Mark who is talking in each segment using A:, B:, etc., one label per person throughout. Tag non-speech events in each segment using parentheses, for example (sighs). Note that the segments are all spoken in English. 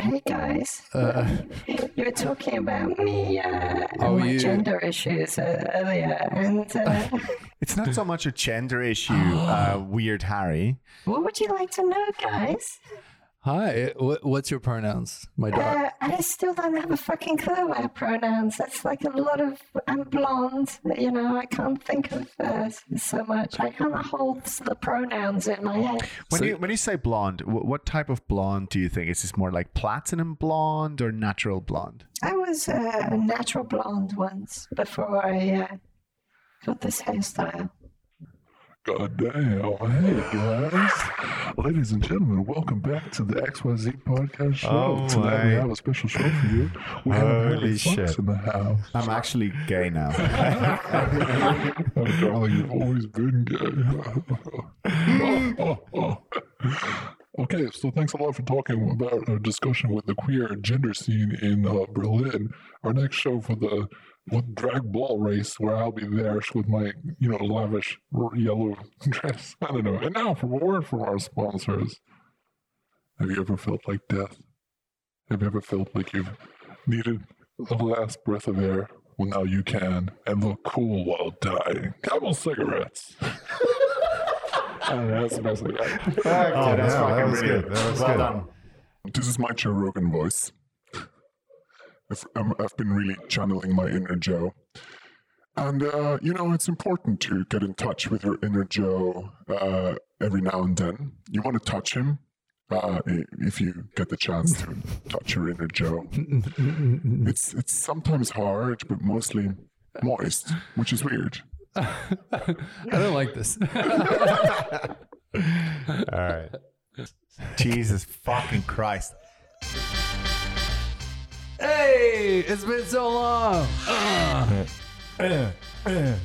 A: Hey guys,
B: Uh,
A: (laughs) you were talking about me uh, and
B: Oh,
A: my
B: you-
A: gender issues uh, earlier, and
B: (laughs)
A: uh,
C: It's not so much a gender (gasps) issue, uh, Weird Harry.
A: what would you like to know, guys?
B: hi. What, what's your pronouns, my dog?
A: Uh, I still don't have a fucking clue about pronouns. That's like a lot of. I'm blonde, you know. I can't think of uh, so much. I can't hold the pronouns in my head.
C: When
B: So-
C: you when you say blonde, wh- what type of blonde do you think? Is this more like platinum blonde or natural blonde?
A: I was uh, a natural blonde once before I uh, got this hairstyle.
D: Goddamn. Hey, guys. Ladies and gentlemen, welcome back to the XYZ Podcast Show.
C: Oh,
D: Tonight we
C: my.
D: have a special show for you. We have
C: Holy
D: Harry Fox
C: shit.
D: in the house.
C: I'm actually gay now.
D: (laughs) Oh, darling, you've always been gay. (laughs) okay, so thanks a lot for talking about our discussion with the queer gender scene in uh, Berlin. Our next show for the with drag ball race, where I'll be there with my you know lavish r- yellow (laughs) dress. I don't know. And now for a word from our sponsors. Have you ever felt like death? Have you ever felt like you've needed the last breath of air? Well, now you can and look cool while dying. Camel cigarettes. (laughs) I don't know, that's the best I got.
C: oh,
E: that's
C: no,
E: fucking
C: that was
E: brilliant.
C: good. That was
E: Well
C: good.
E: done.
D: This is my Joe Rogan voice. I've, um, I've been really channeling my inner Joe. And, uh, you know, it's important to get in touch with your inner Joe uh, every now and then. You want to touch him uh, i- if you get the chance to touch your inner Joe. It's, it's sometimes hard, but mostly moist, which is weird.
B: I don't like this. (laughs)
C: All right. (laughs) Jesus fucking Christ.
B: hey, it's been so long. Uh.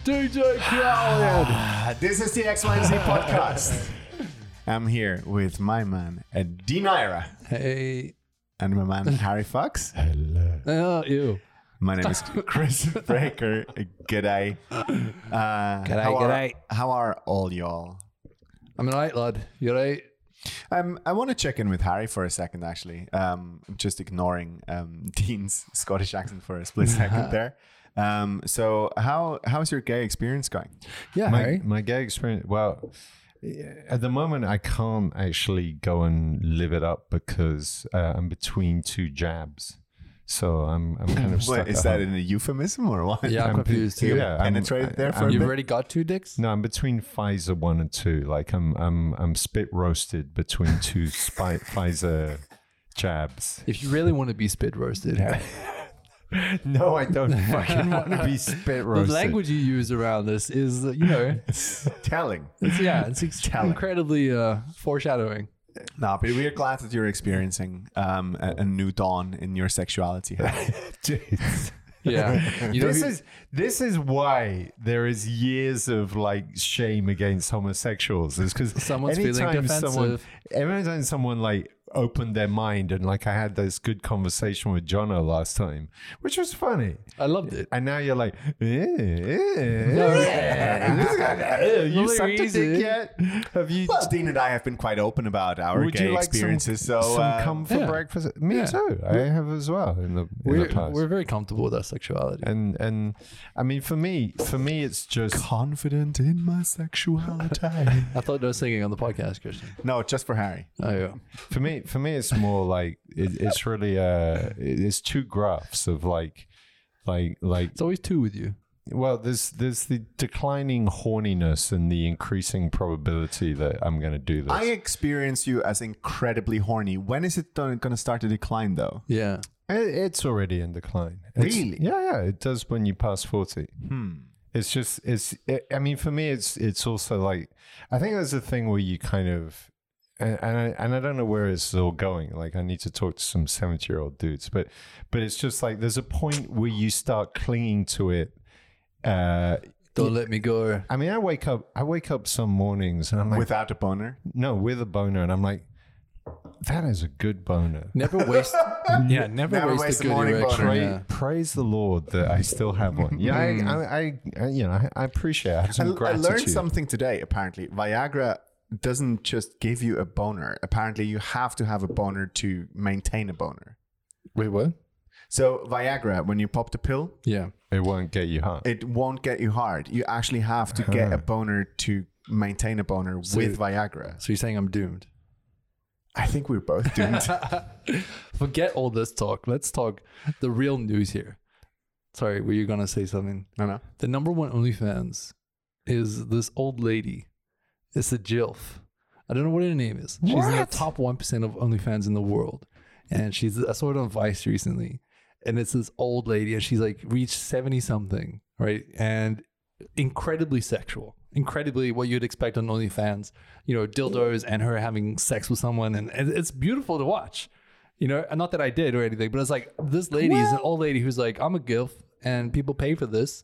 B: DJ
C: Oh,
B: Khaled.
C: This is the (laughs) XYZ podcast. I'm here with my man, uh, D Naira,
B: Hey.
C: and my man, Harry Fox.
B: Oh, ew.
C: My name is Chris Breaker. G'day. Uh, g'day, how
B: g'day.
C: Are, how are all y'all?
B: I'm an eight lad. You're right.
C: Um, I want to check in with Harry for a second, actually. Um, I'm just ignoring um, (laughs) Dean's Scottish accent for a split second there. Um, so, how how's your gay experience going?
B: Yeah,
E: my,
B: Harry.
E: my gay experience well at the moment i can't actually go and live it up because uh, i'm between two jabs so i'm, I'm kind of stuck
C: (laughs) Wait, is
E: at
C: that
E: home.
C: in a euphemism or what?
B: Yeah,
C: (laughs)
B: I'm
E: I'm
B: confused
E: confused.
B: too.
E: Yeah. I'm-
C: penetrated there
E: I'm-
C: for a
B: You've
C: bit?
B: already got two dicks?
E: no i'm between pfizer one and two like i'm i'm i'm spit roasted between two spy, pfizer jabs
B: If you really want to be spit roasted, Harry,
E: no i don't fucking want to
C: (laughs)
E: be
B: (laughs)
E: spit
B: the
E: roasted
B: language you use around this is, uh, you know,
C: It's telling.
B: it's, yeah, it's ex-
C: Tell it.
B: incredibly uh, foreshadowing.
C: No, but we are glad that you're experiencing um, a, a new dawn in your sexuality.
E: (laughs) Jeez. (laughs)
B: Yeah. You know
E: this
B: who-
E: is this is why there is years of like shame against homosexuals is because
B: Someone's feeling
E: someone
B: defensive.
E: anytime someone like opened their mind and like I had this good conversation with Jono last time, which was funny.
B: I loved
E: (laughs)
B: it.
E: And now you're like, eh,
B: (laughs) No.
E: eh, eh, you
B: Really
E: sucked a
B: easy.
E: dick yet? Have you?
C: Well, Dean and I have been quite open about our
E: would
C: gay
E: you like
C: experiences.
E: some,
C: so,
E: some
C: uh,
E: come for
B: Yeah.
E: breakfast? Me
B: Yeah.
E: too. I have as well in the, in the
B: We're,
E: past.
B: we're very comfortable with our sexuality.
E: and and I mean, for me, for me, it's just
C: confident in my sexuality.
B: I thought I was singing on the podcast, Christian.
C: (laughs) no, just for Harry.
B: Oh, yeah.
E: for me for me it's more like it, it's really uh it- it's two graphs of like like like
B: It's always two with you.
E: well there's there's the declining horniness and the increasing probability that i'm going to do this
C: I experience you as incredibly horny. When is it going to start to decline, though?
B: Yeah.
E: It- it's already in decline It's-
C: Really?
E: yeah yeah it does when you pass 40 it's just it's it, i mean for me it's it's also like i think there's a thing where you kind of and, and I and I don't know where it's all going. Like I need to talk to some seventy year old dudes, but but it's just like there's a point where you start clinging to it. Uh,
B: Don't let me go.
E: I mean, I wake up I wake up some mornings and I'm like,
C: Without a boner?
E: no, with a boner, and I'm like, that is a good boner.
B: Never
C: (laughs)
B: waste. yeah, never,
C: Never waste
B: waste
C: a
B: a good
C: morning
B: erection.
C: boner.
E: Pray,
B: Yeah.
E: Praise the Lord that I still have one. Yeah, I, I, I, I you know, I, I appreciate. It. I
C: Mm.
E: have
C: I,
E: some
C: I
E: gratitude.
C: learned something today, apparently. Viagra doesn't just give you a boner. Apparently, you have to have a boner to maintain a boner.
F: Wait, what?
C: So Viagra, when you pop the pill,
F: Yeah.
E: It won't get you hot.
C: it won't get you hard. You actually have to get
E: Uh-huh.
C: a boner to maintain a boner with Viagra.
F: So you're saying I'm doomed? (laughs)
C: I think we're both doomed.
F: Forget all this talk. Let's talk the real news here. Sorry, were you gonna say something?
C: no, no.
F: The number one OnlyFans is this old lady. It's a GILF. I don't know what her name is. She's in the top one percent of OnlyFans in the world, and she's I saw it on Vice recently, and it's this old lady, and she's like reached seventy something, right? And incredibly sexual, incredibly what you'd expect on OnlyFans, you know, dildos and her having sex with someone, and, and it's beautiful to watch. You know, and not that I did or anything, but it's like this lady is an old lady who's like, I'm a gilf, and people pay for this,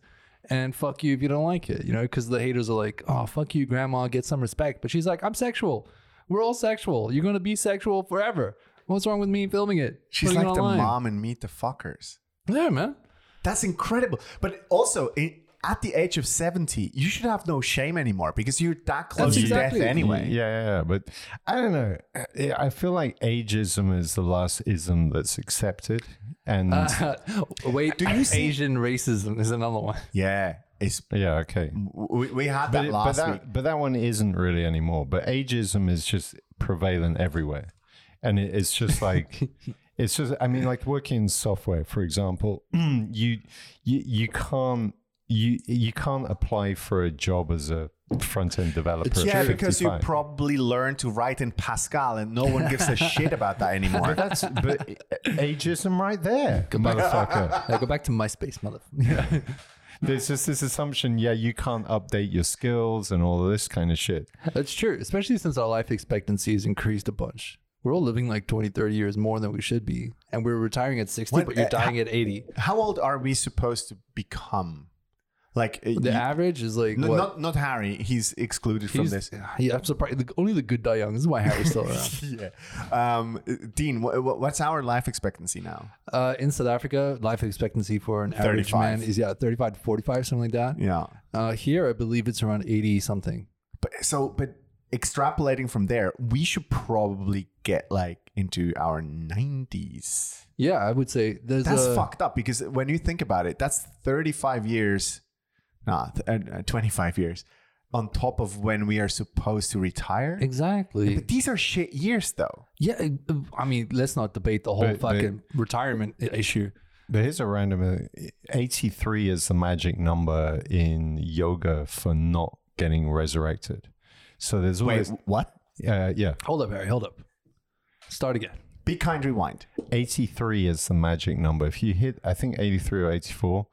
F: and fuck you if you don't like it. You know, because the haters are like, oh fuck you, grandma, get some respect. But she's like, I'm sexual. We're all sexual. You're gonna be sexual forever. What's wrong with me filming it?
C: She's
F: Putting it
C: like the
F: online?"
C: mom and meet the fuckers.
F: Yeah, man.
C: That's incredible. But also, i at the age of 70, you should have no shame anymore because you're that close to
F: exactly- Mm-hmm.
C: death anyway.
E: Mm, Yeah, yeah, yeah, but I don't know. I- I feel like ageism is the last ism that's accepted, and
C: Uh, (laughs)
F: Wait, do you Asian racism is another one.
C: Yeah. It's,
E: yeah, okay.
C: we, we had
E: But,
C: that
E: it- but
C: last week.
E: that but that one isn't really anymore. But ageism is just prevalent everywhere, and it, it's
C: (laughs)
E: just like it's just. I mean, like working in software, for example, (clears throat) you you you can't you you can't apply for a job as a front end developer. at
C: Yeah, because you
E: 55.
C: probably learned to write in Pascal and no
F: (laughs)
C: one gives a shit about that anymore.
E: that's but
C: (laughs)
E: ageism right there, motherfucker.
F: (laughs) Now go back to MySpace, mother. (laughs)
E: There's just this assumption, yeah, you can't update your skills and all this kind of shit.
F: That's true, especially since our life expectancy has increased a bunch. We're all living like 20, 30 years more than we should be, and we're retiring at 60,
C: When-
F: but you're
C: uh,
F: dying at 80.
C: How old are we supposed to become? Like, uh,
F: The
C: you-
F: average is like
C: no,
F: what?
C: not not Harry. He's excluded from
F: He's- (laughs)
C: this. (laughs)
F: (sighs) yeah, I'm surprised. the- only the good die young. This is why Harry's still around.
C: Yeah, um, Dean, wha wha- what's our life expectancy now?
F: Uh, in South Africa, life expectancy for an average
C: 35.
F: man is yeah 35 to 45, something like that.
C: Yeah,
F: Uh, here, I believe it's around 80 something.
C: but so but extrapolating from there, we should probably get like into our nineties.
F: Yeah, I would say there's
C: That's
F: a,
C: fucked up because when you think about it, that's thirty-five years, nah, th- uh, uh, twenty-five years, on top of when we are supposed to retire.
F: exactly.
C: But these are shit years, though.
F: Yeah, uh, I mean, let's not debate the whole
E: But- but-
F: fucking retirement i- issue.
E: But here's a random uh, 83 is the magic number in yoga for not getting resurrected. So there's always,
C: what?
E: uh, yeah,
F: Hold up, Harry. Hold up. Start again.
C: Be kind, rewind.
E: 83 is the magic number. If you hit, I think 83 or 84,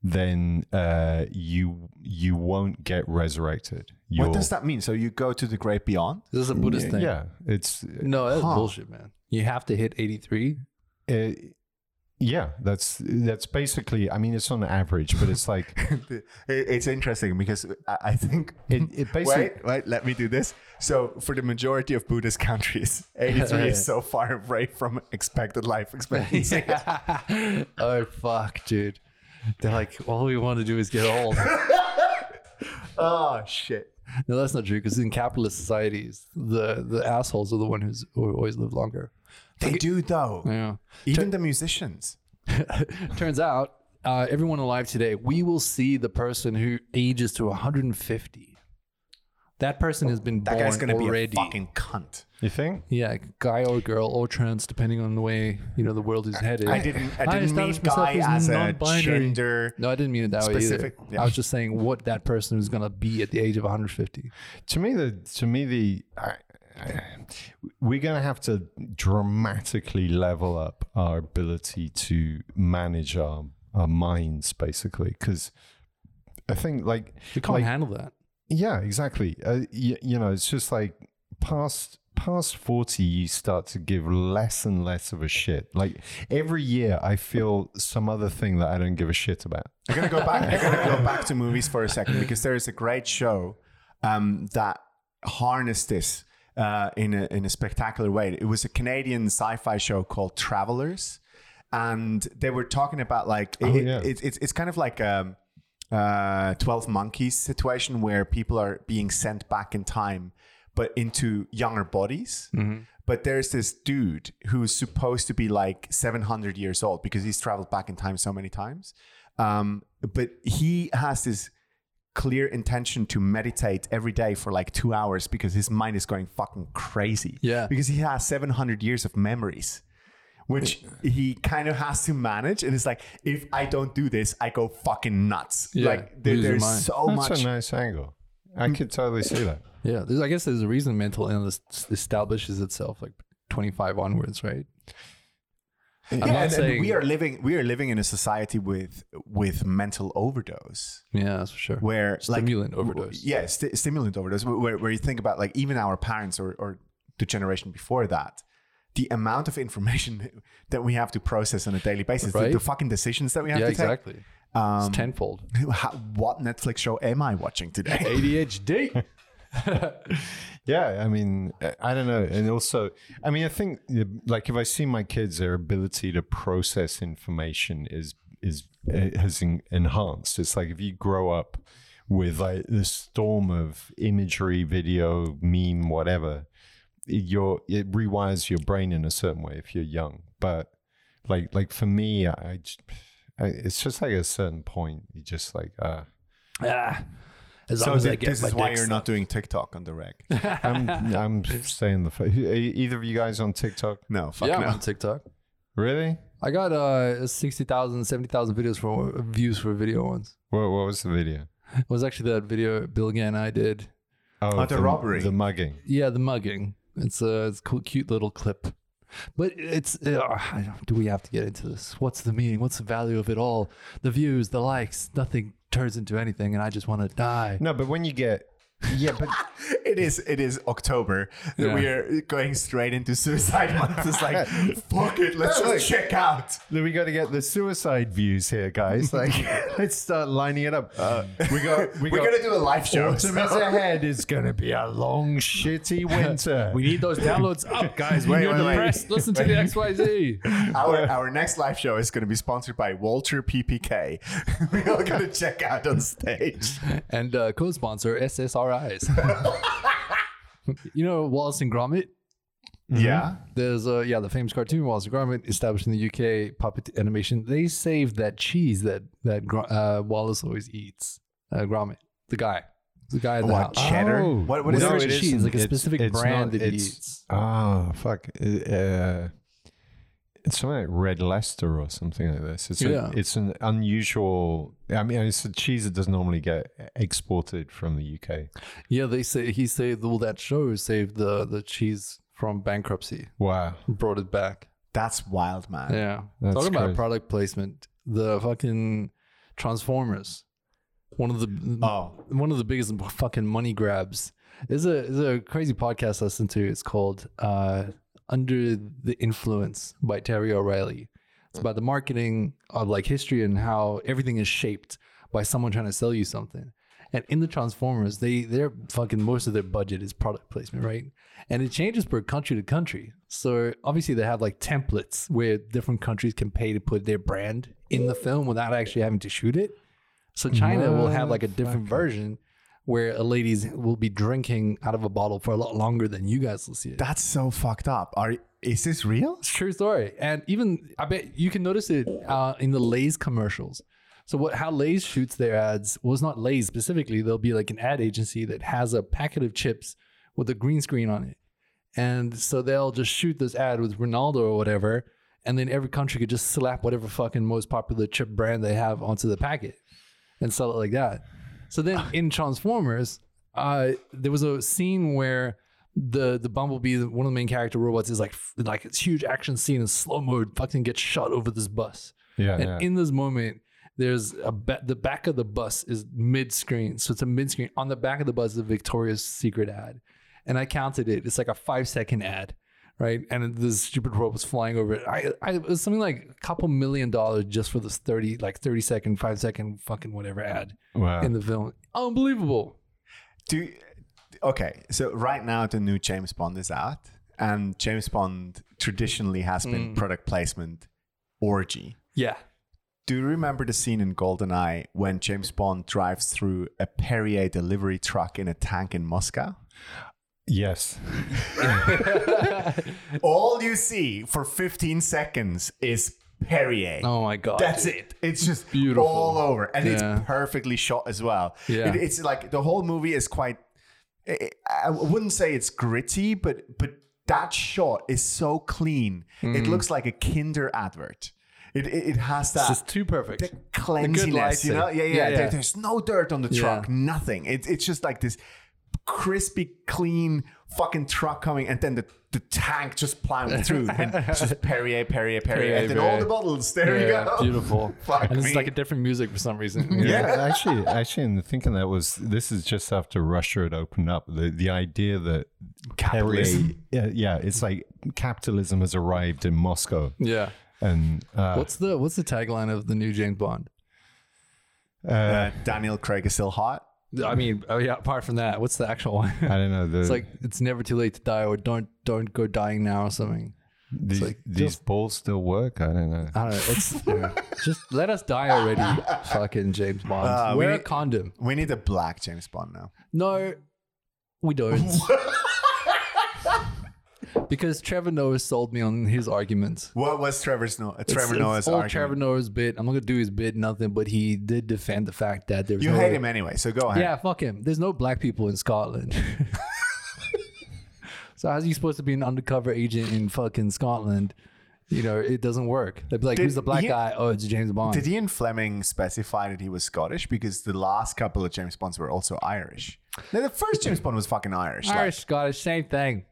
E: then uh, you you won't get resurrected.
C: what
E: You'll-
C: does that mean? So you go to the great beyond?
F: This is a Buddhist thing.
E: Yeah, it's
F: No, that's
C: Huh.
F: bullshit, man. You have to hit (laughs) 83.
E: Uh, yeah, that's that's basically. I mean, it's on average, but it's like
C: (laughs) It- it's interesting because I I think
E: it. It basically.
C: (laughs) wait, wait, let me do this. So for the majority of Buddhist countries, (laughs)
F: (laughs)
C: 83 is so far away from expected life expectancy.
F: oh, fuck, dude. They're like, all we want to do is get old.
C: (laughs)
F: (laughs)
C: oh shit.
F: no, that's not true. Because in capitalist societies, the, the assholes are the one who's who always live longer.
C: They do though.
F: Yeah.
C: Even the musicians.
F: (laughs) Turns out, uh, everyone alive today, we will see the person who ages to 150. That person has been
C: That
F: born
C: guy's gonna
F: already.
C: be a fucking cunt.
E: You think?
F: Yeah, guy or girl or trans, depending on the way you know the world is headed.
C: I didn't I
F: I
C: didn't mean
F: established myself
C: guy
F: as
C: as a
F: non-binary.
C: gender.
F: No, I didn't mean it that
C: Specific-
F: way either.
C: yeah.
F: I was just saying what that person is going to be at the age of 150.
E: To me, the to me the. I, I, we're going to have to dramatically level up our ability to manage our our minds, basically, because I think like
F: You can't
E: like,
F: handle that.
E: Yeah, exactly. Uh, you, you know, it's just like past past 40 you start to give less and less of a shit like every year i feel some other thing that i don't give a shit about
C: I'm gonna go back. I'm gonna go back to movies for a second because there is a great show um, that harnessed this uh, in a in a spectacular way. It was a Canadian sci-fi show called Travelers, and they were talking about like it,
E: yeah.
C: it, it's it's kind of like. Um, uh, 12 monkeys situation where people are being sent back in time but into younger bodies. But there's this dude who's supposed to be like 700 years old because he's traveled back in time so many times. Um, but he has this clear intention to meditate every day for like two hours because his mind is going fucking crazy.
F: Yeah.
C: Because he has 700 years of memories, which he kind of has to manage. And it's like, if I don't do this, I go fucking nuts.
F: Yeah,
C: Like, there-
F: lose your
C: there's
F: mind.
C: so
E: That's
C: much.
E: a nice angle. I could totally see that.
F: Yeah, there's, I guess there's a reason mental illness establishes itself like 25 onwards, right? I'm
C: Yeah,
F: not
C: and- and
F: saying-
C: we are living we are living in a society with with mental overdose
F: Yeah, that's for sure.
C: where
F: Stimulant
C: like,
F: overdose.
C: yeah, sti- stimulant overdose. wh- Where, where you think about like even our parents or or the generation before that, the amount of information (laughs) that we have to process on a daily basis, the-
F: Right.
C: the, fucking decisions that we have
F: yeah,
C: to
F: exactly.
C: Um,
F: it's tenfold.
C: take. (laughs) How, what Netflix show am I
F: (laughs)
C: watching today?
F: ADHD.
E: Yeah, I mean, I- I don't know, and also, I mean, I think uh, like if I see my kids, their ability to process information is is uh, has en- enhanced. It's like if you grow up with like this storm of imagery, video, meme, whatever, your it rewires your brain in a certain way if you're young. But like like for me, I, j- I- it's just like a certain point, you just like ah.
F: ah, as
C: (laughs) so
F: long as I
C: thi-
F: get
C: this
F: my
C: is why
F: dicks
C: you're not doing TikTok on the
F: (laughs)
C: reg.
E: I'm I'm staying the. Fa- who- are either of you guys on TikTok?
C: No, fuck
F: Yeah, I'm
C: no.
F: on TikTok.
E: Really?
F: I got uh 60,000, 70,000 videos for views for video ones.
E: What What was the video?
F: It was actually that video Bill Gann and I did.
E: Oh,
C: the robbery.
E: the mugging.
F: Yeah, the mugging. It's a it's a cool, cute little clip. But it's uh, I don't- do we have to get into this? What's the meaning? What's the value of it all? The views, the likes, nothing turns into anything, and I just want to die.
E: No, but when you get, yeah,
F: (laughs)
E: but
C: (laughs) It is it is October.
F: Yeah.
C: We are going straight into suicide month. It's
F: (laughs)
C: like fuck it, let's
E: Yeah,
C: just check out.
E: we got to get the suicide views here,
F: (laughs)
E: guys. Like, (laughs) let's start lining it up.
F: Uh,
E: we got we
C: We're
E: got.
C: gonna
E: (laughs)
C: do a live show.
E: Autumn
F: (laughs)
E: is ahead. It's gonna be a long, shitty winter.
F: We need those downloads up, guys.
C: Wait,
F: when (laughs) you're
C: wait, wait.
F: depressed, listen to the XYZ.
C: Our, our next live show is going to be sponsored by Walter (laughs) PPK. We're all going to check out on stage.
F: and uh, co-sponsor SSRIs. (laughs) you know Wallace and Gromit?
C: Yeah.
F: There's uh yeah, the famous cartoon Wallace and Gromit established in the UK puppet animation. They saved that cheese that that Gro- uh, Wallace always eats. Uh, Gromit, the guy, the guy at the
C: What?
F: house.
C: Cheddar?
E: Oh.
C: What, what is
F: No,
C: it?
F: it cheese,
E: isn't.
F: like a specific brand that he
E: it's-
F: eats.
E: (laughs) Ah, fuck. Uh, it's something like Red Leicester or something like this. It's,
F: Yeah.
E: a, it's an unusual. I mean, it's a cheese that doesn't normally get exported from the UK.
F: Yeah, they say he saved well that show saved the the cheese from bankruptcy,
E: Wow.
F: brought it back.
C: That's wild, man.
F: Yeah.
E: That's
F: Talk about
E: crazy.
F: product placement. The fucking Transformers. One of the
C: Oh,
F: one of the biggest fucking money grabs. There's a there's a crazy podcast I listen to. It's called uh, Under the Influence by Terry O'Reilly. It's about the marketing of like history and how everything is shaped by someone trying to sell you something. And in the Transformers, they their fucking most of their budget is product placement, right? And it changes per country to country. So obviously they have like templates where different countries can pay to put their brand in the film without actually having to shoot it. So China will have like a different version where a ladies will be drinking out of a bottle for a lot longer than you guys will see it.
C: that's so fucked up. Are Is this real?
F: It's a true story. And even I bet you can notice it uh, in the Lay's commercials. So what how Lay's shoots their ads was not Lay's specifically. There'll be like an ad agency that has a packet of chips with a green screen on it. And so they'll just shoot this ad with Ronaldo or whatever. And then every country could just slap whatever fucking most popular chip brand they have onto the packet and sell it like that. So then in Transformers, uh, there was a scene where the the Bumblebee, one of the main character robots, is like f- like it's huge action scene in slow mode, fucking gets shot over this bus.
E: Yeah.
F: And
E: yeah.
F: in this moment, there's a ba- the back of the bus is mid screen, so it's a mid screen. On the back of the bus is a Victoria's Secret ad, and I counted it. It's like a five second ad, right? And this stupid rope was flying over it. I, I it was something like a couple million dollars just for this thirty like thirty second, five second, fucking whatever ad
E: wow.
F: in the film. Unbelievable.
C: Do Okay, so right now the new James Bond is out, and James Bond traditionally has been product placement orgy.
F: Yeah.
C: Do you remember the scene in GoldenEye when James Bond drives through a Perrier delivery truck in a tank in Moscow?
E: Yes.
C: All you see for 15 seconds is Perrier.
F: Oh my god.
C: That's it. It's just
F: Beautiful.
C: all over, and
F: Yeah.
C: it's perfectly shot as well.
F: Yeah.
C: It- it's like the whole movie is quite. I I wouldn't say it's gritty, but but that shot is so clean. It looks like a Kinder advert. It it, it has that.
F: Hmm. It's just too perfect.
C: the cleansiness,
F: lighting.
C: you know? Yeah, yeah.
F: Yeah,
C: there-
F: yeah.
C: there's no dirt on the
F: Yeah.
C: truck, nothing. It, it's just like this crispy, clean fucking truck coming, and then the, the tank
F: (laughs)
C: just plowing through, and it's just Perrier, Perrier, Perrier, and then all
F: Perrier.
C: the bottles. There you go.
F: Beautiful.
C: (laughs) Fuck
F: and
C: me.
F: it's like a different music for some
C: (laughs)
F: reason.
E: Yeah, actually, actually, in thinking that was this is just after Russia had opened up. The the idea that
C: Capitalism.
E: Perrier- yeah, yeah, it's like capitalism has arrived in Moscow,
F: Yeah.
E: and uh,
F: What's the what's the tagline of the new James Bond?
C: Uh, (laughs) Daniel Craig is still hot.
F: I mean, oh yeah, apart from that, what's the actual one? (laughs)
E: I don't know. The,
F: it's like it's never too late to die or don't don't go dying now or something.
E: these,
F: like
E: these balls still work. I don't know.
F: I don't know.
C: (laughs)
F: It's just let us die already, fucking James Bond.
C: Uh, we
F: Wear a
C: need-
F: condom.
C: We need a black James Bond now.
F: No, we
C: (laughs)
F: don't. because Trevor Noah sold me on his arguments.
C: What was Trevor's no? uh, Trevor
F: It's-
C: Noah's
F: it's old
C: argument?
F: Trevor Noah's bit. I'm not gonna do his bit, nothing. But he did defend the fact that there's
C: you
F: no,
C: hate him anyway, so go ahead.
F: Yeah, fuck him. There's no black people in Scotland. (laughs) so how's he supposed to be an undercover agent in fucking Scotland? You know, it doesn't work. They'd be like,
C: Did
F: "Who's the black
C: he-
F: guy?" Oh, it's James Bond.
C: Did Ian Fleming specify that he was Scottish? Because the last couple of James Bonds were also Irish. No, the first James Bond was fucking Irish. like-
F: Irish, Scottish, same thing.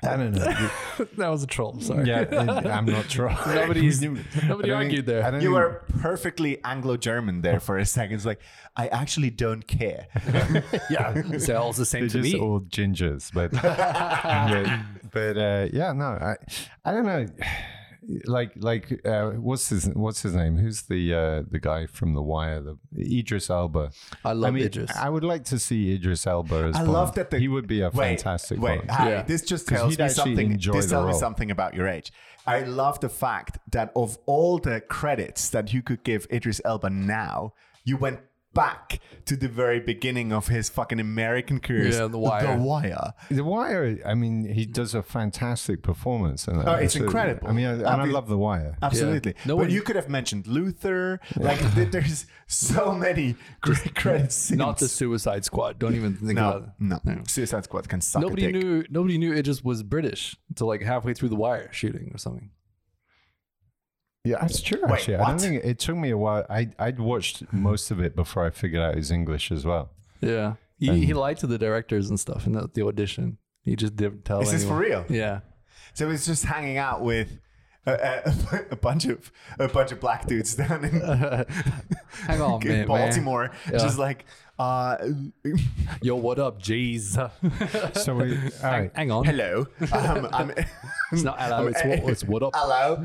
F: (laughs)
E: I don't know.
F: that was a troll. Sorry.
E: yeah, and I'm not sure. (laughs)
F: Nobody's-
E: I don't
F: nobody
E: think-
F: argued there.
E: I don't Oh.
C: you
E: think-
C: were perfectly Anglo-German there for a second. It's like I actually don't
E: (laughs)
C: care.
F: (laughs)
C: (laughs)
F: yeah. So all the same to
E: They're just
F: me.
E: all gingers, but but, but, uh, yeah, no, I I don't know. Like like uh, what's his what's his name? Who's the uh, the guy from The Wire? The Idris Elba.
F: I love
E: I mean,
F: Idris.
E: I would like to see Idris Elba as
C: I
E: Bond.
C: love that the,
E: he would be a
C: Wait,
E: fantastic
C: Wait,
E: Bond.
C: Harry,
F: Yeah.
C: this just
E: 'Cause
C: tells
E: he'd
C: me
E: actually
C: something.
E: enjoy
C: This
E: the
C: tells me
E: role.
C: something about your age. I love the fact that of all the credits that you could give Idris Elba now, you went back to the very beginning of his fucking American career.
F: Yeah, The Wire.
C: The Wire.
E: The Wire. I mean, he does a fantastic performance. In that.
C: Oh, it's
E: So,
C: incredible. Uh,
E: I mean, I- and I
C: Obvi-
E: love The Wire.
C: Absolutely.
F: No
C: but
F: one-
C: you could have mentioned Luther. Like th- there's so
E: (laughs)
C: many great credits.
F: Not the
C: since.
F: Suicide Squad. Don't even think about
C: No,
F: it.
C: no. Suicide Squad can suck a
F: Nobody
C: dick.
F: knew. Nobody knew Idris was British until like halfway through the wire shooting or something.
E: Yeah, that's true.
C: Wait,
E: actually, I
C: what?
E: don't think it took me a while. I I'd watched most of it before I figured out his English as well.
F: Yeah, he, he lied to the directors and stuff in the, the audition. He just didn't tell.
C: Is this for
F: anyone.
C: real? (laughs)
F: Yeah,
C: So it's just hanging out with a, a, (laughs) a bunch of a bunch of black dudes down in,
F: hang on,
C: (laughs) in
F: Oh, man,
C: Baltimore. Just like uh, (laughs)
F: Man. Yo, what up, Jeez? (laughs)
C: (laughs)
E: So we, all right.
F: hang on,
C: hello. Um, I'm, (laughs)
F: it's not hello. It's what, it's what up. (laughs)
C: hello.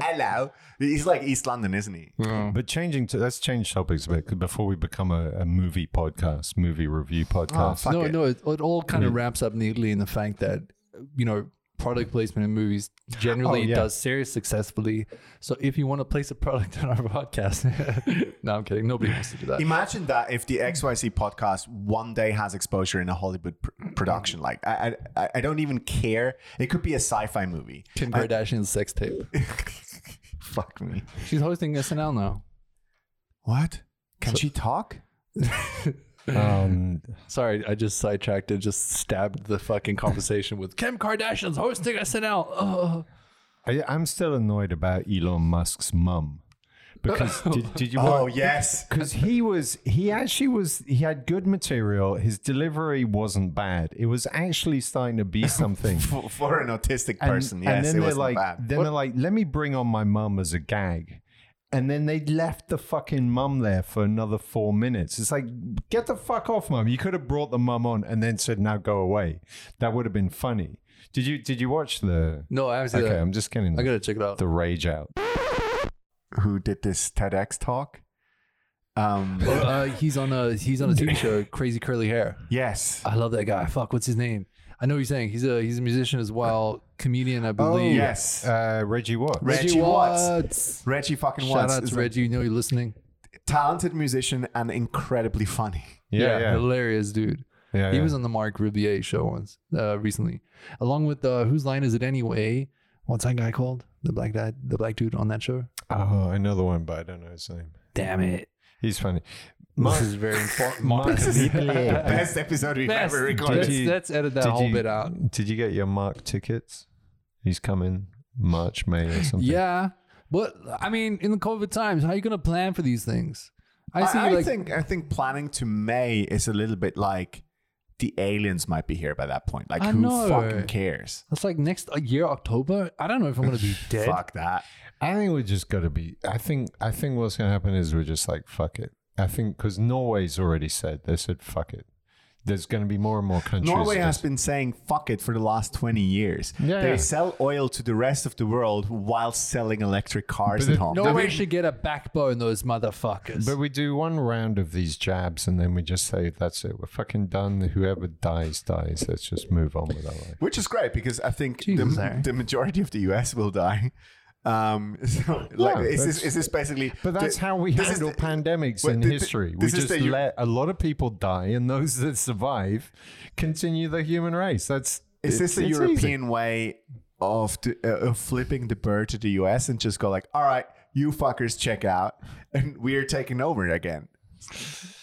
C: hello. He's like East London, isn't he?
E: But changing to let's change topics a bit 'cause before we become a, a movie podcast, movie review podcast.
C: Oh, fuck
F: no,
C: it.
F: no, it, it all kind of wraps up neatly in the fact that you know product placement in movies generally
E: Oh, yeah.
F: does series successfully. So if you want to place a product (laughs) on our podcast, no, I'm kidding. Nobody wants to do that.
C: Imagine that if the XYZ podcast one day has exposure in a Hollywood pr- production. Like, I, I, I don't even care. It could be a sci fi movie. (laughs)
F: Kim Kardashian's sex tape.
C: Fuck me.
F: She's hosting SNL now.
C: What? Can she talk?
E: Um,
F: Sorry, I just sidetracked and just stabbed the fucking conversation with Kim Kardashian's hosting SNL. Oh.
E: I, I'm still annoyed about Elon Musk's mum
C: (laughs)
E: because did, did you?
C: Oh, yes.
E: Because he was, he actually was, he had good material. His delivery wasn't bad. It was actually starting
C: (laughs)
E: to be something.
C: For, for an autistic
E: And-
C: person,
E: and,
C: yes,
E: then
C: it
E: they're
C: was
E: like,
C: bad.
E: then they're like, let me bring on my mum as a gag. And then they left the fucking mum there for another four minutes. It's like, get the fuck off, mum. You could have brought the mum on and then said, now go away. That would have been funny. Did you did you watch the?
F: No, I haven't seen
E: Okay,
F: that.
E: I'm just getting
F: I gotta check it out.
E: the rage out.
C: Who did this TEDx talk? Um,
F: Uh, he's on a he's on a TV (laughs) show, Crazy Curly Hair.
C: yes.
F: I love that guy. Fuck, what's his name? I know what you're saying. He's a he's a musician as well, comedian, I believe.
C: Yes.
E: Uh, Reggie Watts.
C: Reggie Watts. Reggie fucking
F: Shout
C: Watts
F: out
C: is
F: to
C: a
F: Reggie. You know you're listening.
C: talented musician and incredibly funny.
E: yeah, yeah.
F: hilarious dude.
E: Yeah,
F: He
E: yeah.
F: was on the Mark Riviere show once uh, recently, along with uh, whose line is it anyway? What's that guy called? The black dad, the black dude on that show.
E: Oh, I know the one, but I don't know his name.
F: Damn it!
E: He's funny.
F: this is
E: (laughs)
F: very important. Mark, (laughs)
E: Mark
C: The (laughs)
E: Ripley.
C: best episode we've
F: Best.
C: ever recorded.
F: let's,
E: you-
F: let's edit that
E: did
F: whole
E: you-
F: bit out.
E: Did you get your Mark tickets? He's coming March, May, or something.
F: Yeah, but I mean, in the COVID times, how are you gonna plan for these things? I see, like,
C: think I think planning to May is a little bit like the aliens might be here by that point. Like
F: I
C: who
F: know.
C: fucking cares?
F: that's like next year, October. I don't know if I'm gonna (laughs) be dead.
C: Fuck that.
E: I think we just got to be. I think. I think what's going to happen is we're just like fuck it. I think because Norway's already said they said fuck it. There's going to be more and more countries.
C: Norway has
E: just-
C: been saying fuck it for the last 20 years.
E: Yeah,
C: they
E: yeah.
C: sell oil to the rest of the world while selling electric cars
E: But
C: at
E: the-
C: home.
F: No way should get a backbone, those motherfuckers.
E: But we do one round of these jabs and then we just say that's it. We're fucking done. Whoever dies dies. Let's just move on with our life.
C: Which is great because I think
F: Jesus,
C: the,
F: Eric.
C: the majority of the US will die. Um, (laughs) so, like,
E: Yeah,
C: is this
E: that's-
C: is this basically?
E: But
C: the-
E: that's how we
C: this is
E: handle
C: the-
E: pandemics
C: Well,
E: in
C: thi- thi-
E: history. We
C: this is
E: just
C: the- you-
E: let a lot of people die, and those that survive continue the human race. That's
C: Is this
E: it's-
C: the
E: it's easy.
C: European way of, the, uh, of flipping the bird to the US and just go like, all right, you fuckers check out, and we're taking over again?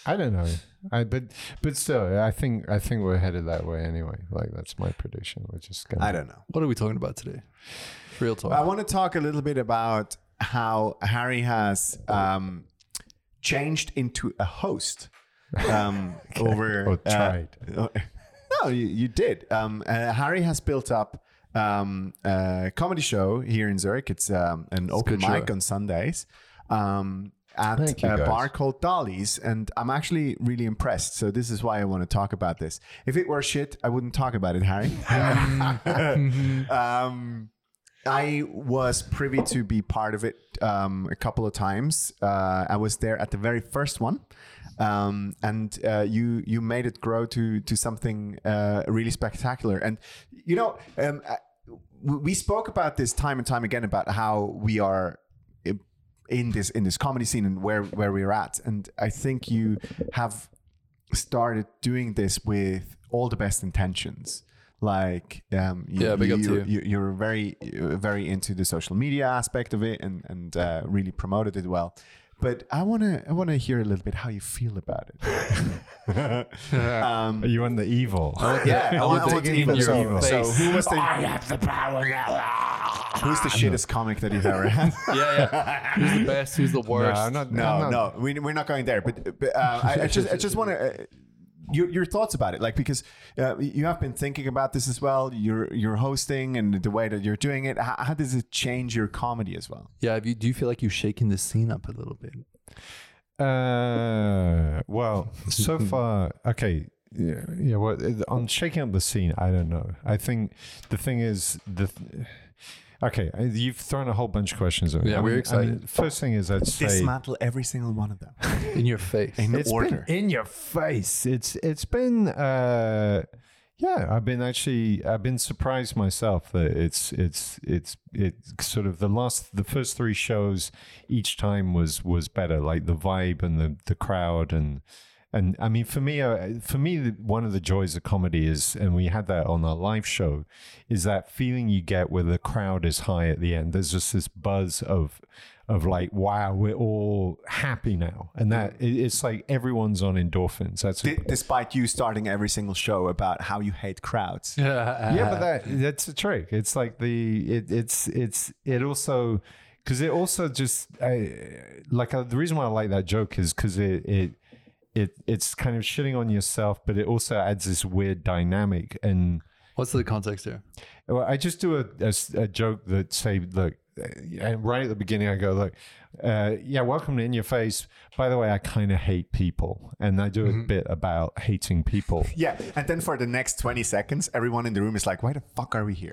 E: I don't know. I but but still, I think I think we're headed that way anyway. Like that's my prediction. We're just gonna.
C: I don't know.
F: what are we talking about today? Real talk.
C: I want to talk a little bit about how Harry has um, changed into a host um, over
E: Or tried.
C: uh, (laughs) no, you, you did. Um, uh, Harry has built up um, a comedy show here in Zurich. It's um, an open
F: good
C: mic
F: show.
C: on Sundays um, at
E: Thank you,
C: a
E: guys.
C: bar called Dolly's, and I'm actually really impressed. So this is why I want to talk about this. If it were shit, I wouldn't talk about it,
E: (laughs)
C: Harry. (laughs) um, I was privy to be part of it um, a couple of times. Uh, I was there at the very first one, um, and uh, you you made it grow to to something uh, really spectacular. And you know, um, I- we we spoke about this time and time again about how we are uh, in this in this comedy scene and where where we're at. And I think you have started doing this with all the best intentions. Like, um, you,
F: Yeah, big up to
C: you-
F: you.
C: you, you're very you're very into the social media aspect of it and and uh, really promoted it well but i want to i want to hear a little bit how you feel about it um,
E: You want the evil?
C: Oh,
E: (laughs)
C: yeah (laughs) i want
E: dig
C: to
E: in
C: even
E: your
C: so,
E: evil.
C: so
F: face.
C: who was the i have the power who's (laughs) the shittest comic that you've ever had
F: Oh, yeah, yeah. Who's the best? Who's (laughs) the
E: no,
F: worst?
E: I'm not.
C: no
E: I'm not-
C: no we, we're not going there but, but uh, I, I just i just want to uh, your, your thoughts about it like because uh, you have been thinking about this as well you're you're hosting and the way that you're doing it how, how does it change your comedy as well
F: Yeah, have you, do you feel like you've shaken the scene up a little bit?
E: Uh, well,
F: (laughs)
E: so far, okay. Yeah, yeah. Well, it- on shaking up the scene, I don't know. I think the thing is the. Th- okay, uh, you've thrown a whole bunch of questions. at me.
F: Yeah,
E: I
F: we're
E: mean- I mean,
F: excited.
E: first thing is, I'd say
C: dismantle every single one (laughs) of them
F: In your face. (laughs)
C: in
E: it's
C: order.
E: been in your face. It's it's been. Uh, yeah, I've been actually I've been surprised myself that it's it's it's it's sort of the last the first three shows each time was was better like the vibe and the the crowd and and I mean for me uh, for me the- one of the joys of comedy is and we had that on our live show is that feeling you get where the crowd is high at the end there's just this buzz of of like wow we're all happy now and that it- it's like everyone's on endorphins that's
C: D- despite you starting every single show about how you hate crowds.
E: yeah, but that that's the trick. It's like the it, it's it's it also because it also just I, like uh the reason why I like that joke is because it it it it's kind of shitting on yourself, but it also adds this weird dynamic and.
F: (laughs) What's the context there?
E: Well, I just do a, a s- a joke that say, look, uh, and right at the beginning, I go, look, uh, yeah, welcome to In Your Face. By the way, I kind of hate people. And I do a bit about hating people.
C: Yeah, and then for the next 20 seconds, everyone in the room is like, why the fuck are we here?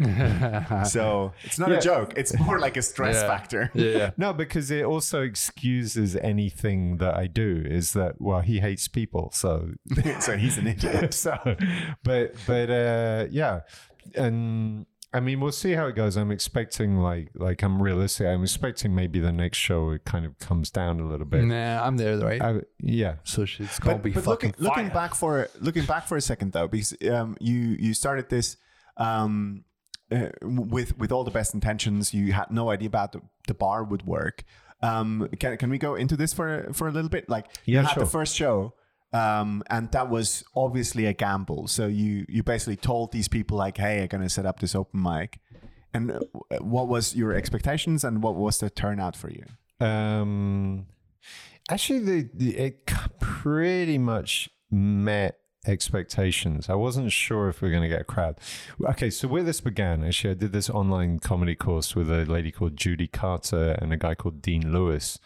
C: (laughs) so it's not a
E: Yeah.
C: joke. It's more like a stress factor. (laughs)
F: Yeah.
E: No, because it also excuses anything that I do is that, well, he hates people. So, (laughs)
C: so he's an idiot.
E: so, but, but, uh, yeah. And, I mean, we'll see how it goes. I'm expecting like like I'm realistic. I'm expecting maybe the next show it kind of comes down a little
F: (laughs)
E: bit.
F: Nah, I'm there, right?
E: I, yeah,
F: so she's gonna be fucking
C: looking, looking
F: fire.
C: back for looking back for a second though, because um, you you started this um, uh, with with all the best intentions. You had no idea about the, the bar would work. Um, can can we go into this for for a little bit? Like you
E: Yeah,
C: had the
E: sure.
C: first show. Um, and that was obviously a gamble. So you you basically told these people like, "Hey, I'm gonna set up this open mic," and uh, what was your expectations and what was the turnout for you?
E: Um, actually, the, the it c- pretty much met expectations. I wasn't sure if we were going to get a crowd. Okay, so where this began, actually, I did this online comedy course with a lady called Judy Carter and a guy called Dean Lewis,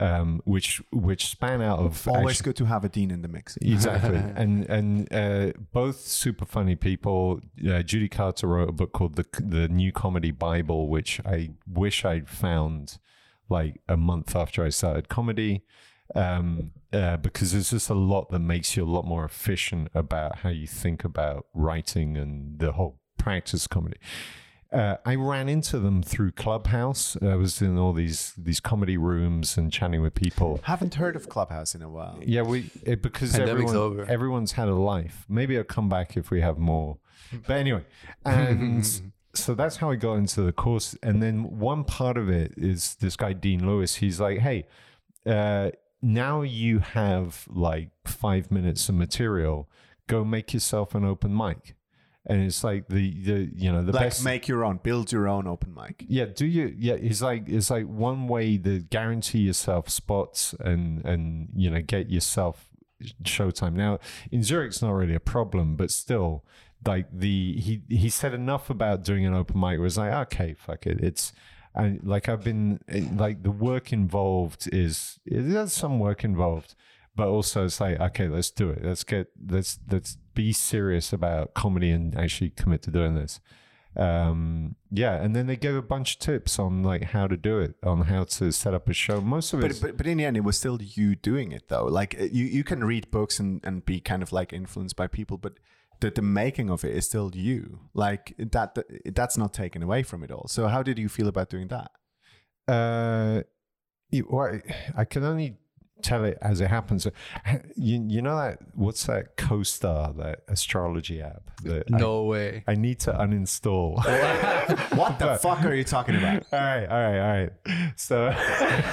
E: um, which which span out of
C: Always
E: actually-
C: good to have a dean in the mix.
E: Exactly, (laughs) and and uh, both super funny people. Uh, Judy Carter wrote a book called the the New Comedy Bible, which I wish I'd found like a month after I started comedy, um, uh, because there's just a lot that makes you a lot more efficient about how you think about writing and the whole practice of comedy uh, I ran into them through Clubhouse. I was in all these these comedy rooms and chatting with people.
C: Haven't heard of Clubhouse in a while.
E: Yeah, we it, because
F: Pandemic's
E: everyone,
F: over.
E: everyone's had a life. Maybe I'll come back if we have more. But
F: (laughs)
E: anyway, and so that's how I got into the course. And then one part of it is this guy Dean Lewis. He's like, hey, uh, now you have like five minutes of material. Go make yourself an open mic. And it's like the the you know the
C: like
E: best
C: make your own, build your own open mic.
E: yeah do you yeah it's like it's like one way to guarantee yourself spots and and you know get yourself showtime now in zurich it's not really a problem but still like the he he said enough about doing an open mic where it's like okay fuck it it's and like i've been it- like the work involved is there's some work involved but also it's like okay let's do it let's get let's let's be serious about comedy and actually commit to doing this um yeah and then they gave a bunch of tips on like how to do it on how to set up a show most of it
C: But, but but in the end, it was still you doing it though. Like uh, you, you can read books and, and be kind of like influenced by people, but the, the making of it is still you. Like that, that that's not taken away from it all. So how did you feel about doing that?
E: uh it- well, i can only tell it as it happens you, you know that what's that co-star that astrology app that I-
F: no way.
E: I need to uninstall (laughs)
C: What the (laughs) fuck are you talking (laughs) about?
E: All right, all right, all right. So (laughs)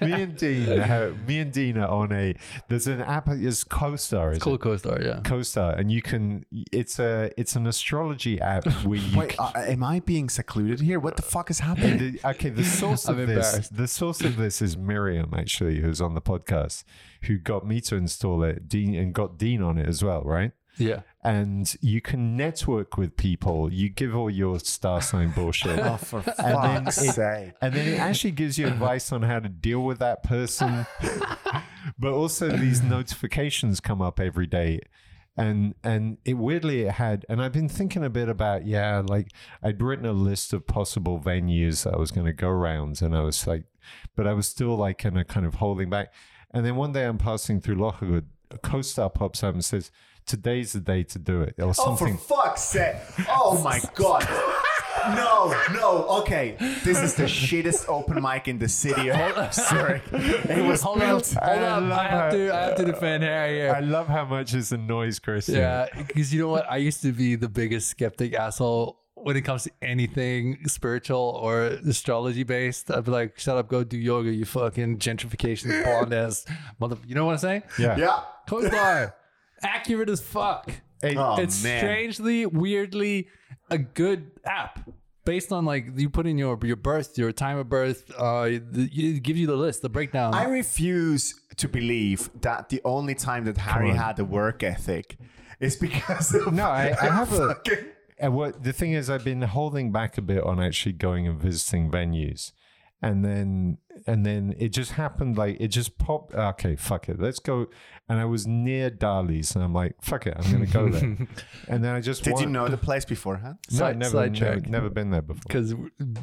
E: me and Dean, uh, me and Dean are on a. There's an app. It's CoStar. Is
F: Cool
E: it?
F: co-star, yeah.
E: CoStar, and you can. It's a. It's an astrology app where you.
C: Wait, uh, am I being secluded here? What the fuck is
E: can,
C: happening?
E: the, okay,
C: (laughs)
E: the source
F: I'm
E: of this.
F: embarrassed.
E: The source of this is Miriam, actually, who's on the podcast, who got me to install it. Dean and got Dean on it as well, right?
F: Yeah.
E: And you can network with people. You give all your star sign bullshit.
C: (laughs) Oh, for fuck's sake!
E: and then it actually gives you advice on how to deal with that person but also these notifications come up every day and and it weirdly it had and i've been thinking a bit about yeah like i'd written a list of possible venues that i was going to go around and i was like but i was still like kind of kind of holding back and then one day i'm passing through lockwood a co-star pops up and says today's the day to do it or something
C: oh, for fuck's sake! (laughs) Oh my god! No, no, okay. This (laughs) is the shittest open mic in the city. (laughs) Sorry, it was
F: Hold on, hold on.
E: love
F: I have
E: her.
F: to, I have to defend Harry here.
E: i love how much is the noise chris
F: Yeah, because you know what? I used to be the biggest skeptic asshole when it comes to anything spiritual or astrology based. I'd be like, shut up, go do yoga, you fucking gentrification blonde ass mother. You know what I'm saying?
E: yeah
C: Yeah.
F: Coastar, accurate as fuck.
C: Oh,
F: it's
C: man.
F: strangely, weirdly a good app based on like you put in your your birth, your time of birth. Uh, the- it gives you the list, the breakdown.
C: I refuse to believe that the only time that Harry had a work ethic is because of
E: No, I,
C: (laughs)
E: I have a.
C: fucking-
E: And what the thing is, I've been holding back a bit on actually going and visiting venues, and then and then it just happened. Like it just popped. Okay, fuck it, let's go. And I was near Dali's, and I'm like, fuck it, I'm gonna
C: (laughs)
E: go there. and then I just
C: Did you
E: want-
C: know the place beforehand?
E: No,
F: Side-
E: never,
F: side
E: never,
F: check.
E: never been there before.
F: because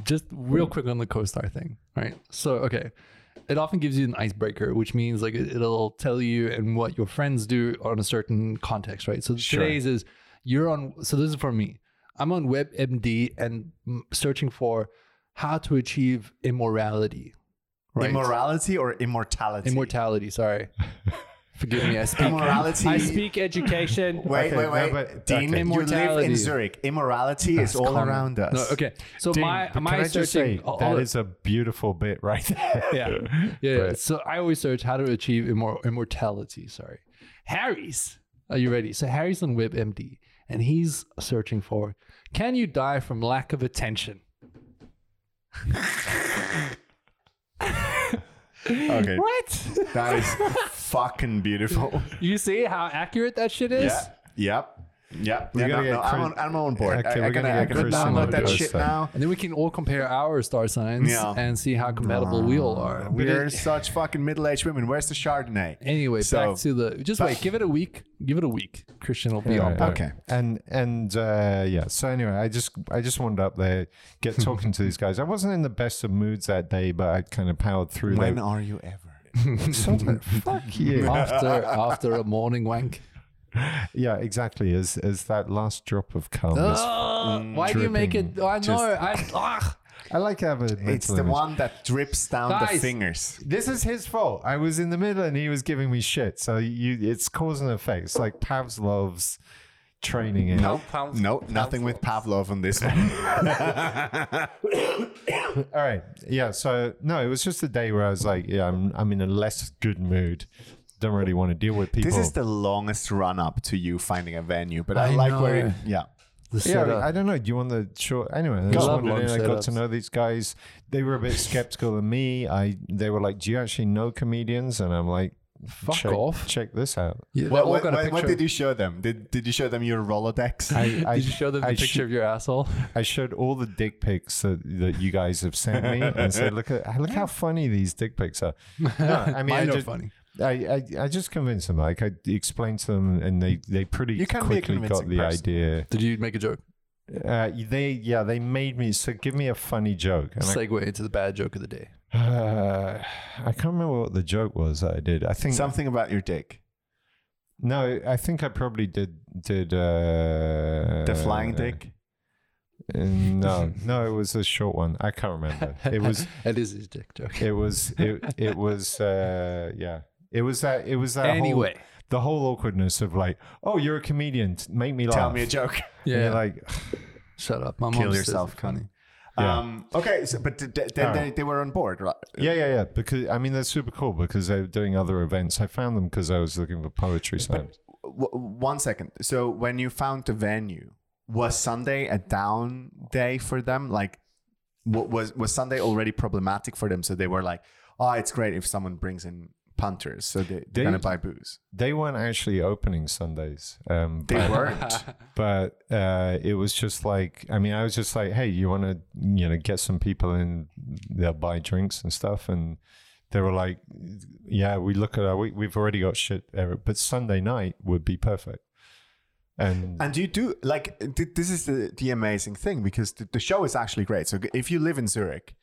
F: just real quick on the co-star thing right so okay it often gives you an icebreaker which means like it- it'll tell you and what your friends do on a certain context right so today's is you're on so this is for me I'm on WebMD and mm, searching for how to achieve immorality. Right?
C: Immorality or immortality?
F: Immortality.
C: (laughs)
F: Sorry. Forgive me. I speak.
C: Immorality.
G: I speak education.
C: Wait,
E: Okay,
C: wait, wait.
E: no, but-
C: Dean,
E: okay.
C: you live in
F: Immortality.
C: Zurich. Immorality is all around us.
F: No, okay. So
E: Dean,
F: my
E: but
F: my
E: can I
F: searching
E: just say
F: all- all
E: that
F: the-
E: is a beautiful bit right there.
F: yeah. Yeah. yeah.
E: But-
F: So I always search how to achieve immor- immortality. Sorry. Harry's. Are you ready? So Harry's on WebMD and he's searching for can you die from lack of attention?
C: (laughs) okay. What? That is (laughs) fucking beautiful.
E: (laughs)
G: You see how accurate that shit is?
C: Yeah. Yep. Yep.
E: We're
C: Yeah,
E: gonna
C: no,
E: get
C: no, I'm, on,
E: Chris-
C: I'm on board.
E: Okay,
C: I, I
E: we're
C: gotta,
E: gonna
C: I
E: get
C: gotta
E: Chris
C: download
E: on
C: that
E: the
C: shit
E: other
C: now.
F: And then we can all compare our star signs
C: Yeah.
F: and see how compatible we all are. But
C: We're
F: it-
C: such fucking middle-aged women. Where's the Chardonnay?
F: anyway,
C: So-
F: back to the just wait, give it a week. Give it a week. Christian will be on.
E: Right,
F: board.
C: Okay.
E: right. And and uh, yeah. So anyway, I just I just wanted up there,
C: (laughs)
E: get talking to these guys. I wasn't in the best of moods that day, but I kind of powered through.
C: When
E: (laughs) them.
C: are you ever?
E: fuck
F: (laughs)
E: you.
F: After after a morning wank.
E: yeah, exactly. As as that last drop of calmness.
F: Ah, why do you make it?
E: dripping,
F: I know.
E: just-
F: I ah.
E: I like to have a.
C: (laughs)
E: Mental
C: It's the
E: image.
C: one that drips down the
F: Guys.
C: fingers.
E: This is his fault. I was in the middle and he was giving me shit. So you, it's cause and effect. It's like Pavlov's training. in-
C: Nope. Nope. Nothing with Pavlov on this one.
E: All right. Yeah. So no, it was just a day where I was like, yeah, I'm I'm in a less good mood. Don't really want to deal with people.
C: This is the longest run up to you finding a venue, but I,
F: I
C: like
F: know.
C: where it, yeah.
F: The
E: yeah,
F: setup.
E: I don't know. Do you want the short? Anyway, I just
F: uh, Love
E: wandered
F: long
E: in. I got to
F: setups.
E: know these guys. They were a
F: (laughs)
E: bit skeptical of me. I they were like, "Do you actually know comedians?" And I'm like,
F: Fuck
E: check,
F: off."
E: Check this out."
F: Yeah,
C: What,
F: they all
C: what,
F: got a
C: what- what
F: picture.
C: did you show them? Did, did you show them your Rolodex?
E: I,
F: (laughs)
E: I
F: Did you show them the
E: I
F: picture
E: sh-
F: of your asshole?
E: I showed all the dick pics that, that you guys have sent me and said, look at look how funny these dick
F: (laughs)
E: pics are. (laughs) No, I mean, I
F: Mine are
E: just,
F: funny.
E: I, I, I just convinced them. Like I explained to them, and they they pretty
C: You can be a
E: quickly got
C: convincing
E: the
C: person.
E: idea.
F: Did you make a joke?
E: Uh, they yeah, they made me so give me a funny joke. And I,
F: Segue into the bad joke of the day.
E: uh, (sighs) I can't remember what the joke was that I did. I think
C: Something about your dick.
E: no, I think I probably did did uh,
C: The flying dick.
E: uh, No, no, it was a short one. I can't remember.
F: (laughs)
C: (laughs)
E: It was
F: That is his dick joke.
E: it was it, it was uh yeah it was that it was that
F: Anyway.
E: whole, the whole awkwardness of like oh you're a comedian t- make me laugh
C: Tell me a joke.
E: And
F: Yeah.
E: you're like (sighs)
F: Shut up. My mom
C: Kill
F: says
C: yourself,
F: it's funny.
E: Yeah.
C: Um, okay, so, but th- th- then
E: All right.
C: they, they were on board, right?
E: yeah yeah yeah because I mean they're super cool because they're doing other events I found them because I was looking for poetry slams
C: W- one second. So when you found the venue, was Sunday a down day for them? Like, wa- was was Sunday already problematic for them? So they were like, "Oh, it's great if someone brings in punters, so they, they're
E: They-
C: gonna buy booze."
E: they weren't actually opening Sundays um
C: They
E: but,
C: weren't.
E: but uh it was just like I mean I was just like hey you want to you know get some people in they'll buy drinks and stuff and they were like, "Yeah, we look at our we, we've already got shit, there, but Sunday night would be perfect." And
C: And you do like th- this is the, the amazing thing because the, the show is actually great. So if you live in Zurich,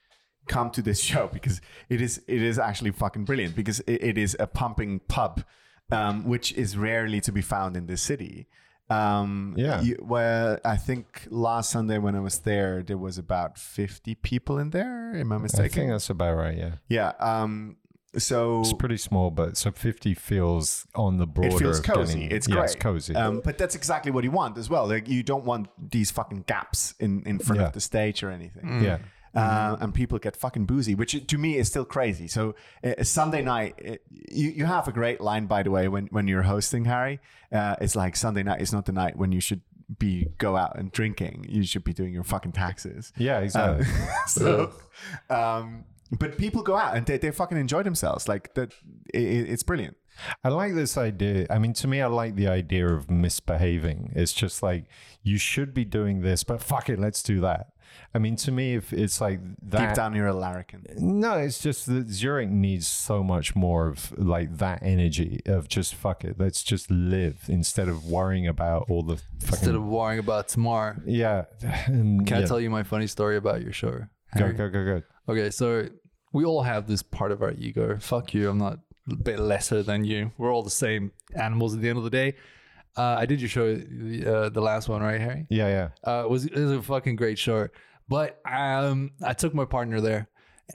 C: come to this (laughs) show because it is it is actually fucking brilliant because it, it is a pumping pub, um, which is rarely to be found in this city. Um,
E: Yeah.
C: you- well, I think last Sunday when I was there, there was about fifty people in there. Am I
E: I think
C: mistaken?
E: that's about right. Yeah,
C: yeah. Um, so
E: it's pretty small, but so fifty feels on the border.
C: it feels
E: of
C: cozy.
E: getting-
C: It's
E: yeah,
C: great.
E: It's cozy.
C: Um, but that's exactly what you want as well. Like you don't want these fucking gaps in in front
E: Yeah. Mm.
C: of the stage or anything.
E: yeah,
C: Uh, and people get fucking boozy, which to me is still crazy. So uh, Sunday night, uh, you, you have a great line by the way when when you're hosting Harry. Uh, it's like Sunday night is not the night when you should be go out and drinking. You should be doing your fucking taxes.
E: yeah,
C: Uh,
E: exactly.
C: (laughs) so, um, but people go out and they, they fucking enjoy themselves. Like that, it, it- it's brilliant.
E: I like this idea. I mean, to me, I like the idea of misbehaving. It's just like you should be doing this, but fuck it, let's do that. I mean, to me, if it's like that,
C: Deep down, you're a larrikin.
E: No, it's just that Zurich needs so much more of like that energy of just fuck it, let's just live instead of worrying about all the fucking
F: Instead of worrying about tomorrow,
E: yeah. (laughs) Can
F: can I tell you my funny story about your show?
E: Go
F: Harry?
E: go go go.
F: Okay, so we all have this part of our ego. Fuck you, I'm not a bit lesser than you. We're all the same animals at the end of the day. Uh, I did your show, uh, the last one, right, Harry?
E: Yeah, yeah.
F: Uh, it was it was a fucking great short. But um, I took my partner there,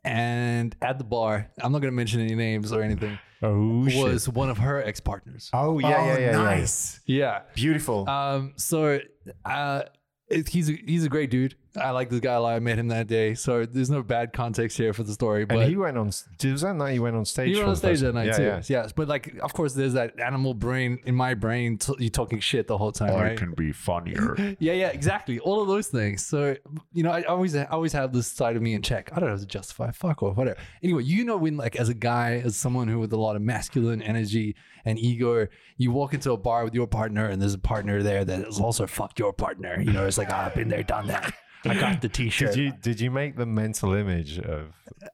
F: and at the bar, I'm not gonna mention any names or anything.
E: Oh shit.
F: was one of her ex partners.
E: oh yeah, yeah, yeah, yeah.
C: nice,
F: Yeah.
C: beautiful.
F: Um. So, uh, it, he's a, he's a great dude. I like this guy a lot. I met him that day. So there's no bad context here for the story. But
E: And he went on. s- Was that night he went on stage?
F: you were
E: for
F: on
E: the
F: stage
E: first-
F: that night
E: yeah,
F: too.
E: Yeah.
F: Yes, but like, of course, there's that animal brain in my brain. T- you talking shit the whole time, right?
C: be funnier.
F: (laughs) Yeah, yeah, exactly. All of those things. So you know, I always, I always have this side of me in check. I don't have to justify fuck or whatever. Anyway, you know, when like as a guy, as someone who with a lot of masculine energy and ego, you walk into a bar with your partner, and there's a partner there that is also fucked your partner. You know, it's like "Ah, I've been there, done that. I got the t-shirt.
E: (laughs) Did you did you make the mental image of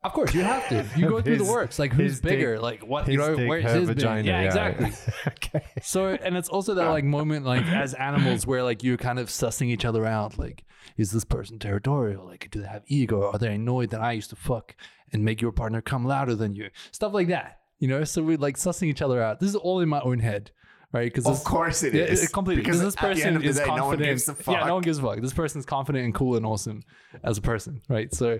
F: Of course, you have
E: (laughs)
F: to. You go through
E: His-
F: the works. Like who's
E: his dick-
F: bigger? like what?
E: his
F: You know,
E: dick,
F: where's
E: her
F: his big?
E: vagina?
F: Yeah,
E: (laughs)
F: exactly.
E: okay.
F: So, and it's also that like moment, like as animals, where like you're kind of sussing each other out. Like, is this person territorial? Like, do they have ego? Are they annoyed that I used to fuck and make your partner come louder than you? Stuff like that. You know. So we're like sussing each other out. This is all in my own head, right? Because
C: Of course it
F: yeah,
C: is,
F: it- completely.
C: because
F: Because this
C: at the
F: person
C: end of the
F: is
C: day, no one
F: confident.
C: gives a fuck.
F: Yeah, no one gives a fuck. This person's confident and cool and awesome as a person, right? So,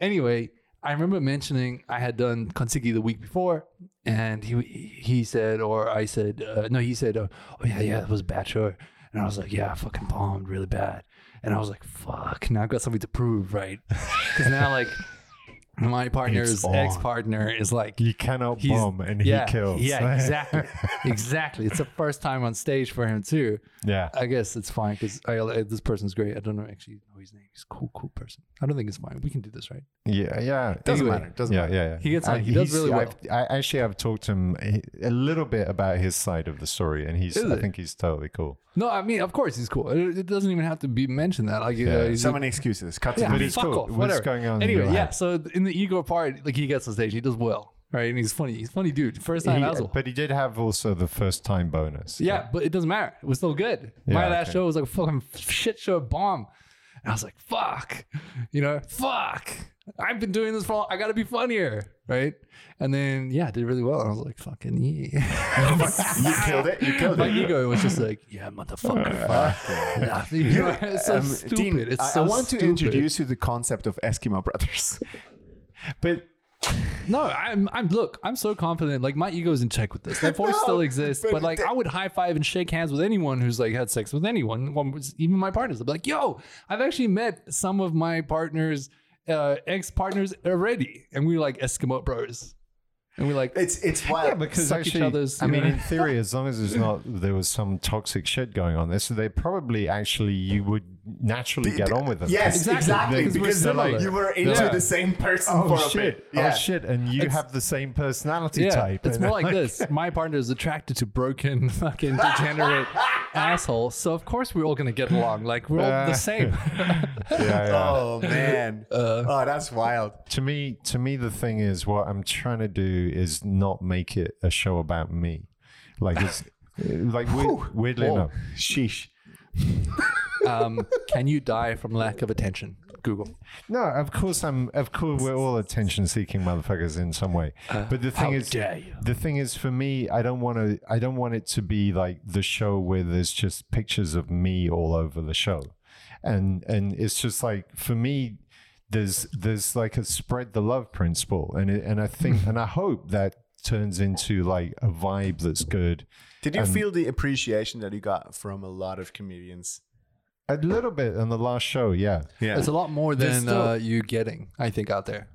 F: anyway, I remember mentioning I had done Konseki the week before, and he he said, or I said, uh, no, he said, uh, oh yeah, yeah, it was a bad show, and I was like, yeah, I fucking bombed really bad, and I was like, fuck, now I've got something to prove, right? Because now like. My partner's
C: on.
F: ex partner is like
E: You cannot
F: He's-
E: bomb and
F: yeah,
E: he kills. (laughs)
F: Yeah, exactly, exactly. It's the first time on stage for him too.
E: yeah.
F: I guess it's fine because I, I- this person's great. I don't know actually know his name. He's a cool, cool person. I don't think it's fine. We can do this, right?
E: Yeah, yeah. It
C: Doesn't matter, doesn't
E: yeah,
C: matter.
E: Yeah, Uh, yeah.
F: He gets on-
E: And
F: he does
E: he's-
F: really well.
E: I've, I actually I've talked to him a- a little bit about his side of the story, and he's
F: Is
E: I
F: it?
E: think he's totally cool.
F: No, I mean, of course he's cool. It, it doesn't even have to be mentioned that. Like,
E: Yeah.
F: uh, he's
C: so many excuses. Cut to
F: yeah,
C: the
E: but
C: beat.
E: it's
F: fuck
E: cool.
F: off,
E: What's
F: whatever.
E: going on in
F: Anyway,
E: your
F: yeah.
E: head?
F: So in the ego part, like he gets on stage, he does well, right? And he's funny. He's a funny, dude. First time,
E: He-
F: asshole.
E: but he did have also the first time bonus.
F: Yeah, but it doesn't matter. It was still good.
E: Yeah,
F: My last
E: okay.
F: show was like a fucking shit show bomb. And I was like, fuck, you know, fuck. I've been doing this for. I gotta be funnier, right? And then yeah, I did really well. And I was like, fucking yeah.
C: You killed it. You
F: (laughs)
C: killed
F: My
C: it.
F: ego was just like, yeah,
C: (laughs)
F: motherfucker. fuck. (laughs) You know, it's so
C: Um,
F: stupid.
C: Dean,
F: it's
C: I,
F: so
C: I want
F: stupid.
C: to introduce you to the concept of Eskimo brothers. (laughs)
E: but
F: No, I'm. I'm. Look, I'm so confident. Like my ego's in check with
E: (laughs)
F: this. That force
C: No,
F: still exists,
C: but
F: but, like
C: that-
F: I would high five and shake hands with anyone who's like had sex with anyone. One was- even my partners. I'd be like, "Yo, I've actually met some of my partners, uh, ex partners already, and we were like Eskimo bros, and we like
C: It's it's wild.
E: yeah, because
F: suck each
E: actually,
F: other's,
E: I
F: you
E: mean,
F: know.
E: in theory, as long as there's not there was some toxic shit going on there, so they probably actually you would naturally get on with them.
C: Yes, exactly.
F: Exactly, because we're
C: because
F: similar.
C: you were into
E: Yeah.
C: the same person
E: Oh
C: for a
E: shit!
C: bit. Yeah.
E: Oh shit! And you have the same personality
F: yeah,
E: type.
F: It's
E: and
F: more like
E: (laughs)
F: this. My partner is attracted to broken, fucking
E: (laughs)
F: degenerate assholes. So of course we're all gonna get along. Like we're all
E: Yeah.
F: the same.
E: Yeah, yeah.
F: (laughs)
C: Oh man.
F: Uh.
C: oh, that's wild.
E: to me to me the thing is what i'm trying to do is not make it a show about me like it's (laughs) like weird, weirdly enough
C: Sheesh.
F: um, can you die from lack of attention? Google.
E: no of course i'm of course we're all attention seeking motherfuckers in some way but the thing
F: Uh, how
E: is
F: dare you.
E: the thing is for me i don't want to i don't want it to be like the show where there's just pictures of me all over the show and and it's just like for me there's there's like a spread the love principle and it, and i think and i hope that turns into like a vibe that's good
C: Did you feel the appreciation that you got from a lot of comedians?
E: a little bit on the last show yeah (sighs)
C: Yeah.
F: It's a lot more than
C: still-
F: uh, you getting, I think, out there.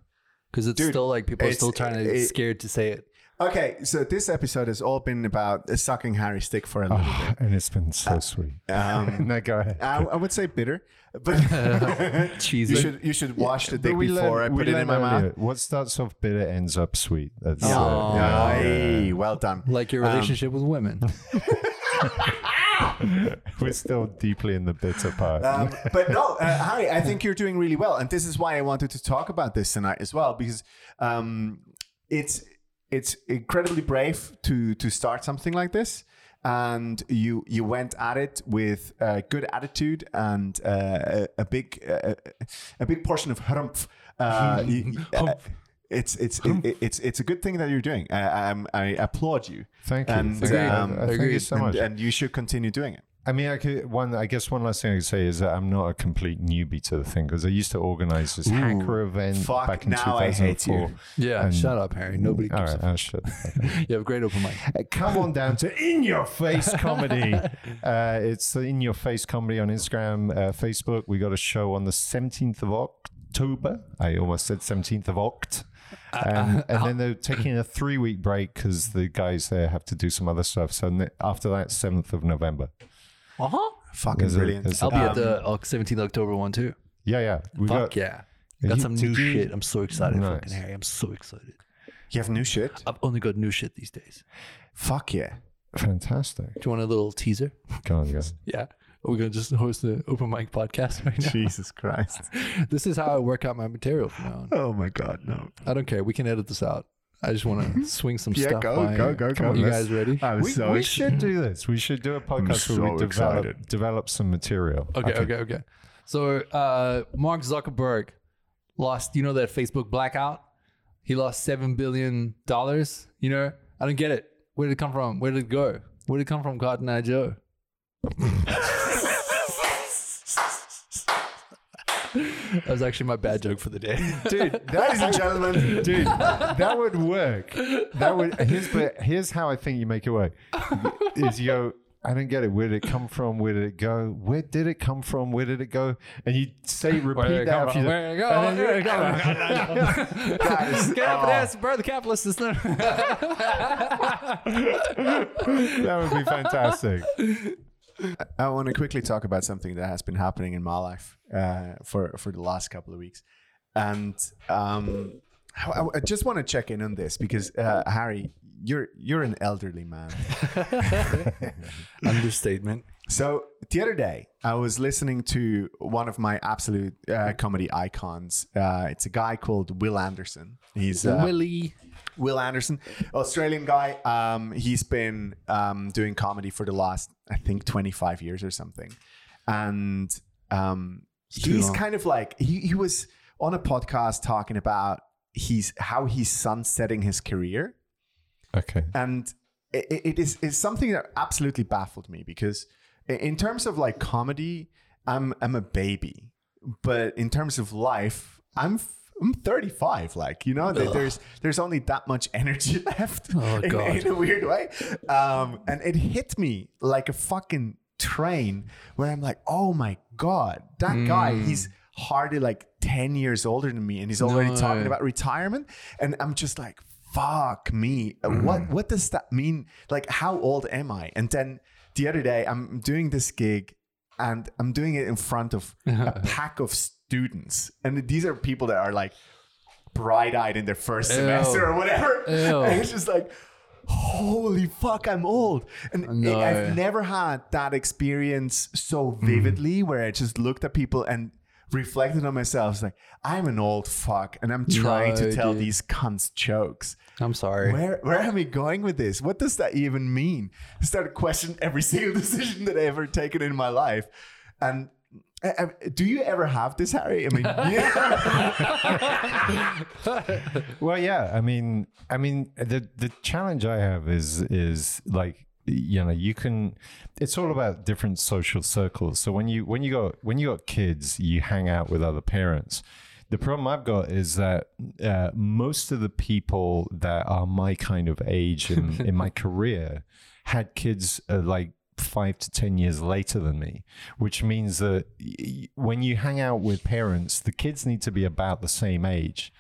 F: Because it's
C: Dude,
F: still like people are
C: it's-
F: still trying to
C: it-
F: scared to say it.
C: Okay, so this episode has all been about uh, sucking Harry's dick for a
E: Oh.
C: little bit.
E: and it's been so sweet
C: Um,
E: (laughs) no go ahead
C: I, I would say bitter,
E: (laughs)
C: but
F: Cheesy.
C: you should you should wash the
E: But
C: dick before I
E: we
C: put it in
E: learned
C: my
E: earlier,
C: mouth.
E: what starts off bitter ends up sweet that's
F: Yeah.
E: uh,
F: Yeah.
C: Aye, well done. Um,
F: Like your relationship with women.
E: we're still deeply in the bitter part (laughs)
C: Um, but no, uh, Harry, I think you're doing really well, and this is why I wanted to talk about this tonight as well because um, it's it's incredibly brave to to start something like this, and you you went at it with a good attitude and
E: (laughs)
C: uh, a, a big uh, a big portion of harumph. Uh, you- you- uh, it's it's it, it's it's a good thing that you're doing. I I'm, I applaud you.
E: Thank you.
C: And
E: Thank you.
C: um,
E: Uh, thank you so
C: and,
E: much.
C: and you should continue doing it.
E: I mean, I could one. I guess one last thing I could say is that I'm not a complete newbie to the thing because I used to organize this hacker event
C: fuck,
E: back in
C: now I hate you.
E: 2004.
F: Yeah, shut up, Harry. Nobody
E: All
F: gives
E: right, oh, I should.
C: (laughs)
F: a- You have a great open mic.
E: Uh, come on down to In Your Face Comedy.
C: (laughs)
E: uh, it's In Your Face Comedy on Instagram, uh, Facebook. We got a show on the 17th of October. I almost said 17th of Oct.
C: Uh,
E: Um, and then they're taking a three week break because the guys there have to do some other stuff. So ne- after that, 7th of November.
C: Fucking
E: There's a-
C: brilliant. Um,
E: there's a-
F: I'll be at the uh, 17th October one too.
E: yeah, yeah. We
F: Fuck
E: got,
F: yeah.
E: Are
F: Got
E: you-
F: some new
E: did you-
F: shit. I'm so excited,
E: Nice.
F: fucking Harry. I'm so excited.
C: you have new shit.
F: I've only got new shit these days.
C: Fuck yeah.
E: Fantastic.
F: Do you want a little teaser?
E: Go on, guys.
F: Yeah. Are we gonna just host the open mic podcast right now?
C: (laughs) Jesus Christ.
F: (laughs) This is how I work out my material from now on.
C: (laughs) Oh my God, no.
F: I don't care. We can edit this out. I just want to swing some
C: Mm-hmm. Yeah,
F: stuff.
C: go,
F: by
C: go,
F: you.
C: go,
F: Come
C: go.
F: on, you
C: Let's-
F: guys ready?
C: I'm
E: We,
C: so
E: we
C: ex-
E: should do this. We should do a podcast where we
C: so
E: develop,
C: excited.
E: develop some material.
F: Okay,
E: I think.
F: okay, okay. So uh, Mark Zuckerberg lost, you know, that Facebook blackout. He lost seven billion dollars. You know, I don't get it. Where did it come from? Where did it go? Where did it come from, Cotton Eye Joe? (laughs) that was actually my bad joke for the day.
E: Dude,
C: Ladies and gentlemen,
E: (laughs) Dude, that would work. That would. Here's but here's how I think you make it work. Is you go. I don't get it. Where did it come from? Where did it go? Where did it come from? Where did it go? And you say repeat
F: (laughs) Where did it
E: that.
F: come
E: a few
F: from?
E: times.
F: Where did it go?
E: And
F: Where
E: then-
F: did it come (laughs) from? Oh. Get up and ask the bird, the capitalist is not. (laughs)
E: That would be
F: (laughs)
E: fantastic.
C: I want to quickly talk about something that has been happening in my life uh, for for the last couple of weeks, and um, I, I just want to check in on this because uh, Harry, you're you're an elderly (laughs) man.
F: Understatement. (laughs)
C: So the other day, I was listening to one of my absolute uh, comedy icons. Uh, it's a guy called Will Anderson. He's uh,
F: Willie.
C: Will Anderson, Australian guy. Um, he's been um, doing comedy for the last, I think, 25 years or something. And um, he's kind of like, he, he was on a podcast talking about he's how he's sunsetting his career.
E: Okay.
C: And it, it is it's something that absolutely baffled me because i- in terms of like comedy, I'm, I'm a baby. But in terms of life, I'm f- I'm 35, like you know, there- there's there's only that much energy (laughs) left in,
F: God.
C: in a weird way, um, and it hit me like a fucking train. Where I'm like, oh my god, that guy, he's hardly like 10 years older than me, and he's already talking about retirement, and I'm just like, fuck me, what what does that mean? Like, how old am I? And then the other day, I'm doing this gig and I'm doing it in front of a pack of students. And these are people that are like bright eyed in their first semester or whatever.
F: Ew.
C: (laughs) And it's just like, holy fuck, I'm old. And
F: No.
C: I- I've never had that experience so vividly where I just looked at people and reflected on myself. It's like, I'm an old fuck and I'm trying
F: No,
C: to tell
F: dude.
C: these cunts jokes.
F: I'm sorry.
C: Where where am I going with this? What does that even mean? I started questioning every (laughs) single decision that I ever taken in my life. And I, I- do you ever have this, Harry? I mean, (laughs) yeah.
E: Well, yeah. I mean, I mean, the the challenge I have is is like you know you can it's all about different social circles so when you when you got when you got kids you hang out with other parents the problem i've got is that uh, most of the people that are my kind of age in, in my career had kids uh, like five to ten years later than me, which means that y- y- when you hang out with parents, the kids need to be about the same age.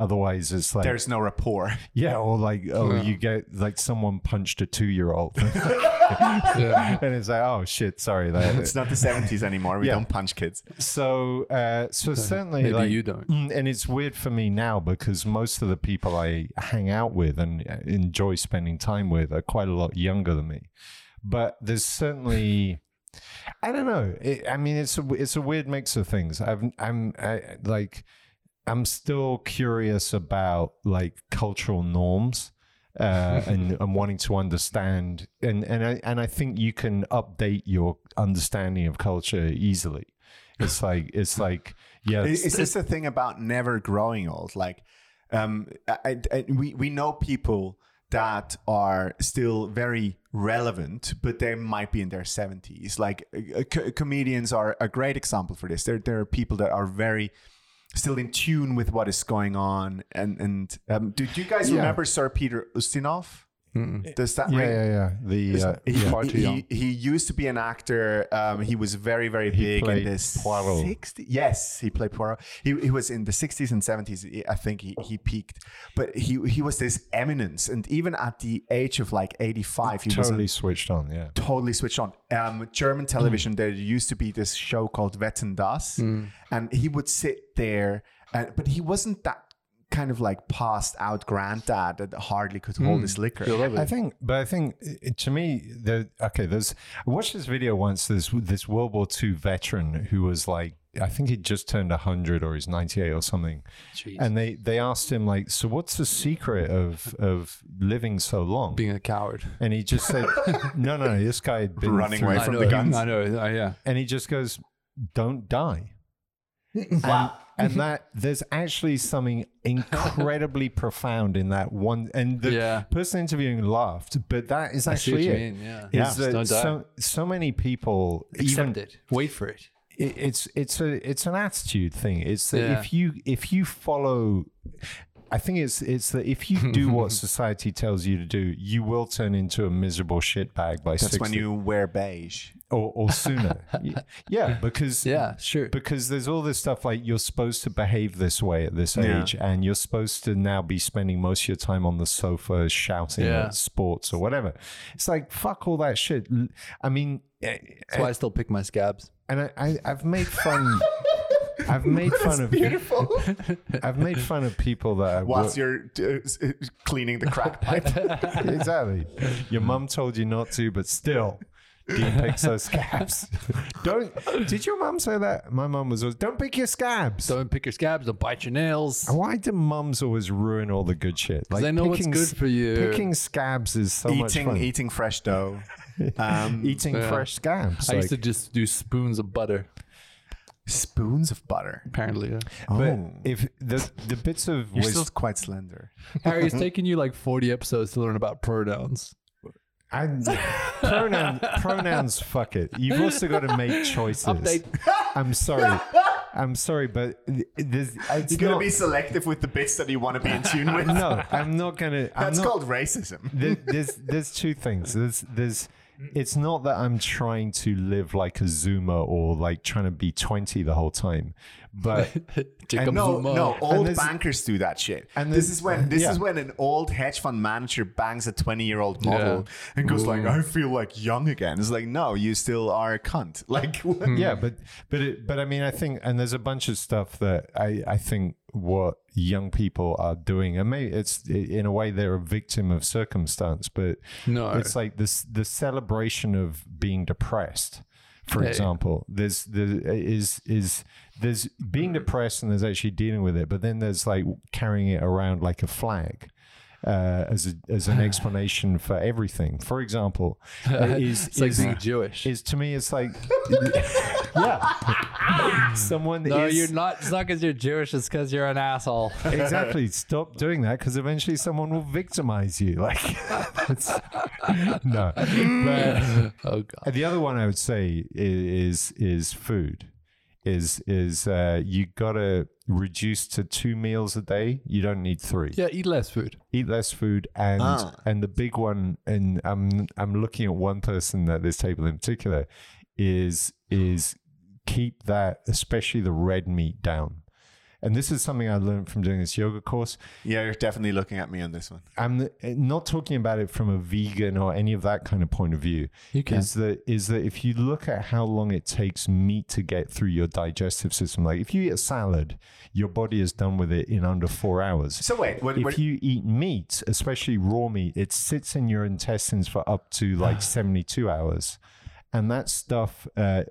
E: Otherwise, it's like
C: There's no rapport.
E: yeah, or like oh, you get like someone punched a two-year-old, (laughs) and it's like oh shit, sorry. That,
C: It's not the 70s anymore. We
E: Yeah.
C: don't punch kids.
E: so uh, so certainly
F: Maybe
E: like,
F: you don't.
E: Mm, and it's weird for me now because most of the people i hang out with and uh, enjoy spending time with are quite a lot younger than me but there's certainly i don't know it, i mean it's a it's a weird mix of things i've i'm I, like i'm still curious about like cultural norms uh, and,
C: (laughs)
E: and wanting to understand and and I, and I think you can update your understanding of culture easily. It's like it's like yeah,
C: Is, is this the thing about never growing old? Like, Um, I, I- we we know people that are still very relevant, but they might be in their seventies. Like uh, co- comedians are a great example for this. There there are people that are very still in tune with what is going on. And and um, do, do you guys remember Sir Peter Ustinov? Does that
E: Yeah,
C: ring?
E: yeah, yeah. The uh,
C: He,
E: yeah.
C: he- he, he used to be an actor. Um, he was very, very big in
E: played
C: the
E: Poirot.
C: 60s. Yes, he played Poirot. He, he was in the 60s and 70s. he- I think he, he peaked. But he, he was this eminence. And even at the age of like 85, he was a-
E: totally Mm. switched on. Yeah.
C: totally switched on. Um, German television, there used to be this show called Wetten Das,
E: Mm.
C: and he would sit there, and, but he wasn't that kind of like passed out granddad that hardly could
E: Mm.
C: hold his liquor.
E: I think, but I think it, to me, the okay. There's I watched this video once. This this World War II veteran who was like, I think he just turned hundred or he's ninety eight or something, and they they asked him like, so what's the secret of of living so long?
F: being a coward.
E: and he just
F: (laughs)
E: said, no, no, this guy had been
C: Running
E: through-
C: away
F: I
C: from
F: know,
C: the guns.
F: I know, I- yeah.
E: and he just goes, "Don't die." Wow. And, and that there's actually something
F: (laughs)
E: incredibly profound in that one. And the
F: Yeah.
E: person interviewing laughed, but that is
F: I see what
E: actually
F: you
E: it.
F: mean, yeah.
E: Is
F: Yeah.
E: that
F: Don't die.
E: so, so many people even
F: Accept it. Wait for it.
E: it, it's it's a it's an attitude thing. It's that
F: Yeah.
E: if you if you follow, I think it's it's that if you do
F: (laughs)
E: what society tells you to do, you will turn into a miserable shitbag by
C: That's when
E: 60
C: you wear beige.
E: or, or sooner. Y-
F: (laughs)
E: yeah, because
F: Yeah, sure.
E: because there's all this stuff like you're supposed to behave this way at this age and you're supposed to now be spending most of your time on the sofa shouting
F: Yeah.
E: at sports or whatever it's like fuck all that shit L- i mean eh,
F: That's why I still pick my scabs.
E: and I, I i've
F: (laughs)
E: made fun i've made (laughs) fun of beautiful i've made fun of people that I
C: Whilst
E: work-
C: you're uh, s- uh, cleaning the
E: (laughs)
C: crack pipe.
E: exactly your mum told you not to but still do you pick those scabs? (laughs) Don't. Did your mum say that? My mum was always, "Don't pick your scabs."
F: Don't pick your scabs. Don't bite your nails.
E: Why do mums always ruin all the good shit? Like
F: they know what's
E: picking
F: good
E: s-
F: for you.
E: Picking scabs is so much
C: eating
E: fun.
C: eating fresh
E: (laughs)
C: dough. Um,
E: Eating fresh scabs.
F: I used to
E: like-
F: just do spoons of butter.
C: spoons of butter.
F: Apparently, (laughs) yeah.
E: but
C: Oh.
E: if the the bits of
C: You're
E: wis-
C: still quite slender.
F: Harry, it's taken you like 40 episodes to learn about pronouns. (laughs)
E: I, pronoun, pronouns, fuck it. You've also got to make choices. I'm sorry. I'm sorry, but th- this it's
C: You're gonna
E: not-
C: be selective with the bits that you want to
E: (laughs)
C: be in tune with.
E: no. I'm not gonna. I'm
C: That's
E: not-
C: called racism.
E: there, there's there's two things. There's there's it's not that I'm trying to live like a Zoomer or like trying to be 20 the whole time, but
F: Jacob
C: No,
F: Zuma.
C: no, old
E: there's-
C: bankers do that shit. And
E: and
C: this
E: there's-
C: is when this
E: yeah.
C: is when an old hedge fund manager bangs a twenty-year-old model and goes like, "I feel like young again." It's like, no, you still are a cunt. (laughs) Like, what?
F: Hmm.
E: yeah, but but it, but I mean, I think, and there's a bunch of stuff that I I think what young people are doing, and maybe it's in a way they're a victim of circumstance, but
F: No.
E: it's like this the celebration of being depressed. For example, there's there is is there's being depressed and there's actually dealing with it, but then there's like carrying it around like a flag uh, as a, as
F: (sighs)
E: an explanation for everything. For example,
F: (laughs)
E: is
F: It's like
E: is-
F: being Jewish.
E: is to me
F: (laughs)
E: it's like yeah (laughs) someone
F: no,
E: is
F: you're not. It's not because you're Jewish. It's because you're an (laughs) asshole.
E: exactly stop doing that because eventually someone will victimize you (laughs) like it's, no but
F: oh, God.
E: the other one i would say i- is is food is is uh, you gotta reduce to two meals a day you don't need three
F: Yeah, eat less food.
E: eat less food and and the big one and I'm I'm looking at one person at this table in particular is is keep that especially the red meat down. And this is something I learned from doing this yoga course.
C: yeah, you're definitely looking at me on this one.
E: I'm uh, not talking about it from a vegan or any of that kind of point of view.
F: You can.
E: Is that is that if you look at how long it takes meat to get through your digestive system, like if you eat a salad, your body is done with it in under four hours
C: So wait, what,
E: if
C: what-
E: you eat meat, especially raw meat, it sits in your intestines for up to like 72 hours. And that stuff, uh,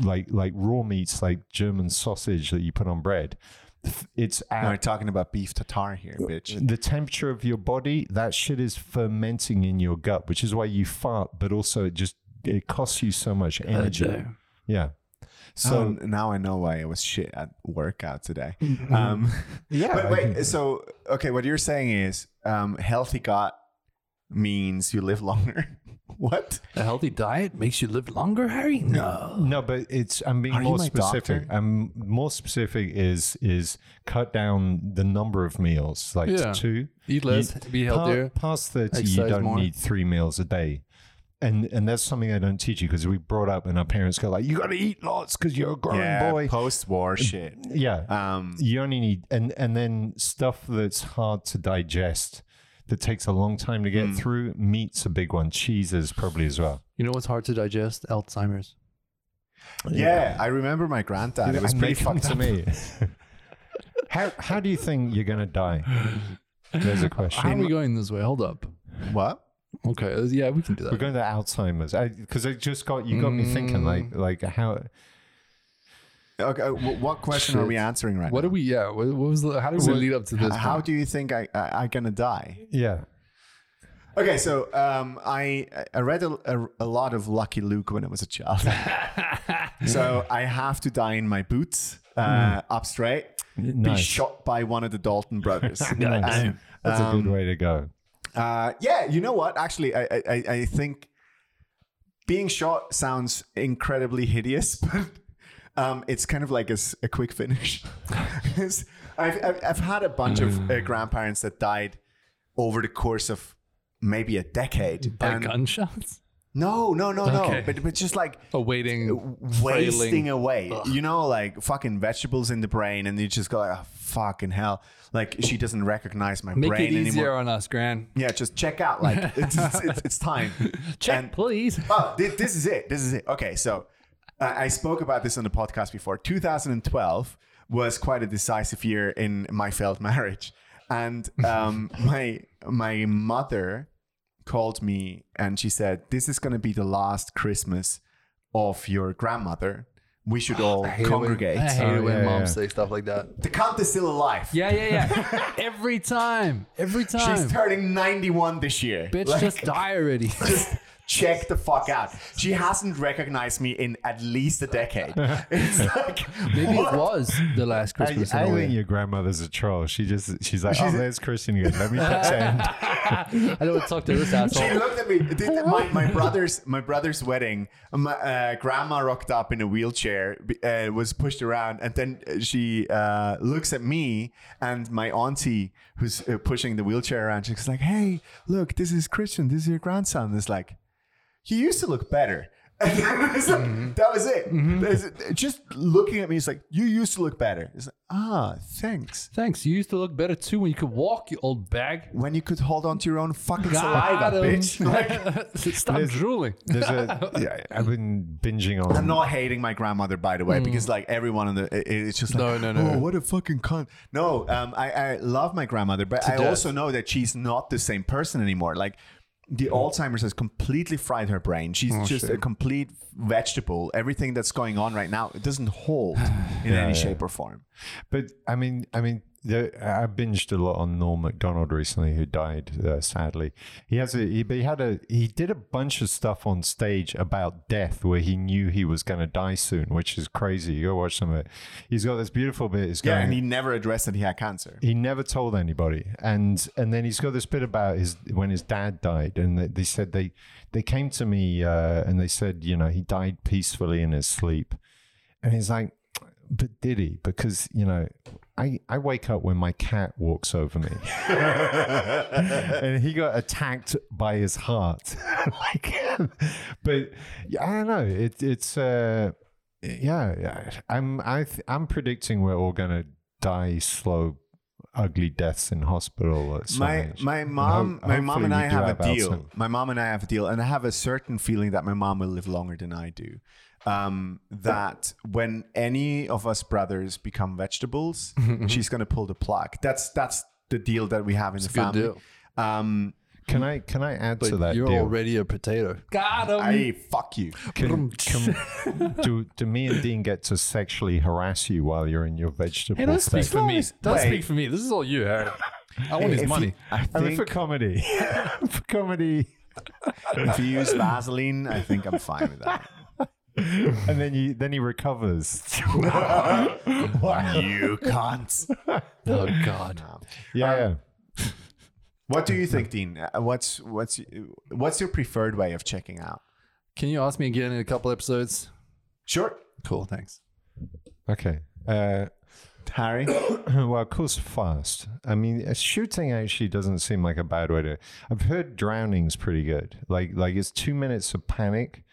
E: like like raw meats, like German sausage that you put on bread, f- it's
C: No, we're
E: at
C: talking about beef tartare here, bitch.
E: the temperature of your body. That shit is fermenting in your gut, which is why you fart, but also it just it costs you so much energy.
F: damn.
E: yeah.
C: So
E: So
C: now I know why I was shit at workout today. Um,
E: yeah,
C: but
E: I
C: wait,
E: think-
C: so okay, what you're saying is um, healthy gut means you live longer. (laughs) what?
F: A healthy diet makes you live longer, Harry? No.
E: No, but it's I'm being
C: Uh, Are you
E: more
C: my
E: specific.
C: doctor?
E: I'm more specific is is cut down the number of meals, like
F: Yeah.
E: to two.
F: Eat less, be
E: pa-
F: healthier,
E: past thirty, you
F: exercise
E: don't
F: more.
E: need three meals a day. And, and that's something they don't teach you because we brought up and our parents go like you got to eat lots because you're a growing boy.
C: post-war shit.
E: yeah,
C: Um,
E: you only need and and then stuff that's hard to digest that takes a long time to get
C: Hmm.
E: through. Meat's a big one. Cheeses probably as well.
F: You know what's hard to digest? Alzheimer's.
C: yeah, I remember my granddad. It was
E: And
C: pretty
E: they come
C: fucked
E: to
C: up.
E: me.
C: (laughs)
E: how how do you think you're gonna die? There's a
F: How are
E: question.
F: we going this way? Hold up.
C: What?
F: Okay. uh, Yeah, we can do
E: We're
F: that.
E: going to Alzheimer's because it just got you got me thinking
C: Mm.
E: like like how
C: Okay, wh- what question are we answering right
F: What
C: now?
F: do we? Yeah. What, what was the? How did we lead up to this?
C: How
F: point?
C: do you think I, I, I'm gonna die?
E: yeah
C: Okay, so um, I I read a, a, a lot of Lucky Luke when I was a child. so I have to die in my boots, uh, up straight,
E: Nice.
C: be shot by one of the Dalton brothers. And,
E: that's a
C: um,
E: good way to go.
C: uh, yeah, you know what? Actually, I, I- I, I think being shot sounds incredibly hideous, (laughs) but um, it's kind of like a, s- a quick finish. (laughs) 'Cause I've, I've, I've had a bunch of uh, grandparents that died over the course of maybe a decade.
F: By
C: And-
F: gunshots?
C: no, no, no, no.
F: Okay.
C: But, but just like (laughs) uh,
F: Awaiting.
C: wasting
F: Frailing.
C: away. You know, like fucking vegetables in the brain, and you just go like, oh, fucking hell. Like she doesn't recognize my
F: Make
C: brain
F: it easier
C: anymore.
F: on us, Gran.
C: Yeah, just check out. Like (laughs) it's it's, it's,
F: (laughs)
C: it's time.
G: Check,
C: And-
G: please.
C: oh, thi- this is it. This is it. Okay, so I I spoke about this on the podcast before. 2012 was quite a decisive year in my failed marriage, and
F: (laughs)
C: um, my my mother called me and she said, "This is going to be the last Christmas of your grandmother. We should all
F: (gasps) I hate it when-
C: congregate.
F: I hate
E: Oh,
F: it when
E: yeah,
F: moms
E: yeah.
F: say stuff like that.
C: The count is still alive.
G: Yeah,
F: (laughs)
G: yeah, yeah. Every time.
F: Every time.
C: She's turning 91 this year.
F: Bitch,
C: Like-
F: just die already.
C: just check the fuck out. She hasn't recognized me in at least a decade. It's like
F: Maybe
C: what?
F: it was the last
E: I,
F: Christmas. in
E: I
F: a way.
E: think your grandmother's a troll. She just she's like, oh, there's Christian again. Let
C: (laughs)
E: me pretend.
F: I don't want to talk to this
C: She
F: asshole.
C: looked at me. Did- My, my brother's my brother's wedding. My uh, grandma rocked up in a wheelchair, b- uh, was pushed around, and then she uh, looks at me and my auntie who's uh, pushing the wheelchair around. She's like, "Hey, look, this is Christian. This is your grandson." It's like, "You used to look better." (laughs) And it was like,
F: Mm-hmm.
C: That was it. That's- Just looking at me, it's like, "You used to look better." It's like, "Ah, thanks."
F: Thanks. You used to look better too when you could walk, you old bag.
C: When you could hold on to your own fucking
F: Got
C: saliva,
F: him.
C: bitch. Like,
F: (laughs) Stop drooling.
E: There's a yeah, I've been binging on.
C: I'm not hating my grandmother, by the way, because like everyone in the, it- it's just like,
F: Hmm. No, no, no.
C: oh, what a fucking cunt. No, um, I, I love my grandmother, but I
F: death. Hmm.
C: also know that she's not the same person anymore. Like the Alzheimer's has completely fried her brain. She's
F: Oh,
C: just a complete vegetable. Everything that's going on right now, it doesn't
F: (sighs)
C: hold in any shape or form.
E: But I mean, I mean, the, I binged a lot on Norm Macdonald recently, who died uh, sadly. He has a he, but he had a he did a bunch of stuff on stage about death, where he knew he was going to die soon, which is crazy. You go watch some of it. He's got this beautiful bit. He's
C: Yeah,
E: going,
C: and he never addressed that he had cancer.
E: he never told anybody and and then he's got this bit about his when his dad died and they, they said they they came to me uh, and they said you know he died peacefully in his sleep and he's like but did he because you know i i wake up when my cat walks
C: (laughs)
E: over me and he got attacked by his heart (laughs) like but yeah, i don't know it, it's uh yeah, yeah. I'm I th- I'm predicting we're all gonna die slow, ugly deaths in hospital. At some
C: my
E: age.
C: my
E: And
C: mom
E: ho-
C: my mom
E: hopefully
C: and
E: we
C: I
E: do
C: have a deal.
E: Alzheimer's.
C: My mom and I have a deal, and I have a certain feeling that my mom will live longer than I do. Um, that when any of us brothers become vegetables, she's gonna pull the plug. That's that's the deal that we have in the
F: a good
C: family.
F: deal.
C: Um,
E: Can I can I add to that
F: you're
E: deal?
F: already a potato.
G: Got him.
C: I fuck you.
E: Can,
C: (laughs)
E: can, do do me and Dean get to sexually harass you while you're in your vegetable
G: Hey, don't
E: state?
G: speak for me.
F: Don't
C: Wait.
F: speak for me. This is all you, Harry. I want
C: If
F: his
C: you-
F: money.
C: I
E: I mean,
C: think
E: for comedy, (laughs) for comedy.
C: if you use Vaseline, I think I'm fine with that.
E: and then you then he
C: (laughs)
E: recovers.
C: Um, you can't.
F: Oh God.
E: Yeah, yeah.
C: What do you think, Dean? Uh, What's what's what's your preferred way of checking out?
F: Can you ask me again in a couple episodes?
C: Sure,
F: Cool. Thanks.
E: Okay. Uh, (clears throat)
C: Harry.
E: well, of course, fast. I mean, uh, shooting actually doesn't seem like a bad way to. I've heard drowning's pretty good. Like, like it's two minutes of panic,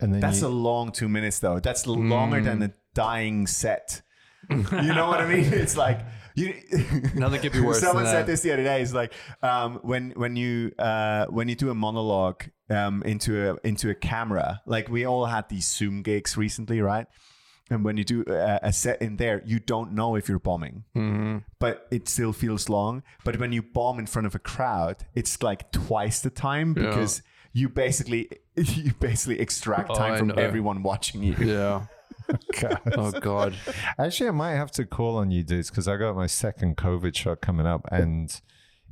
E: and then
C: That's a
E: you,
C: long two minutes though. That's l- longer
F: Hmm.
C: than a dying set. You know what I
F: (laughs)
C: mean? It's like you.
F: Nothing could be worse than
C: Someone said
F: that.
C: this the other day. It's like um, when when you uh, when you do a monologue um, into a into a camera. Like we all had these Zoom gigs recently, right? And when you do a, a set in there, you don't know if you're bombing, but it still feels long. But when you bomb in front of a crowd, it's like twice the time because you basically (laughs) you basically extract
F: Oh,
C: time
F: I
C: from
F: know.
C: everyone watching you.
E: (laughs)
F: Yeah.
C: (laughs)
F: Oh God.
E: Actually, I might have to call on you dudes because I got my second COVID shot coming up, and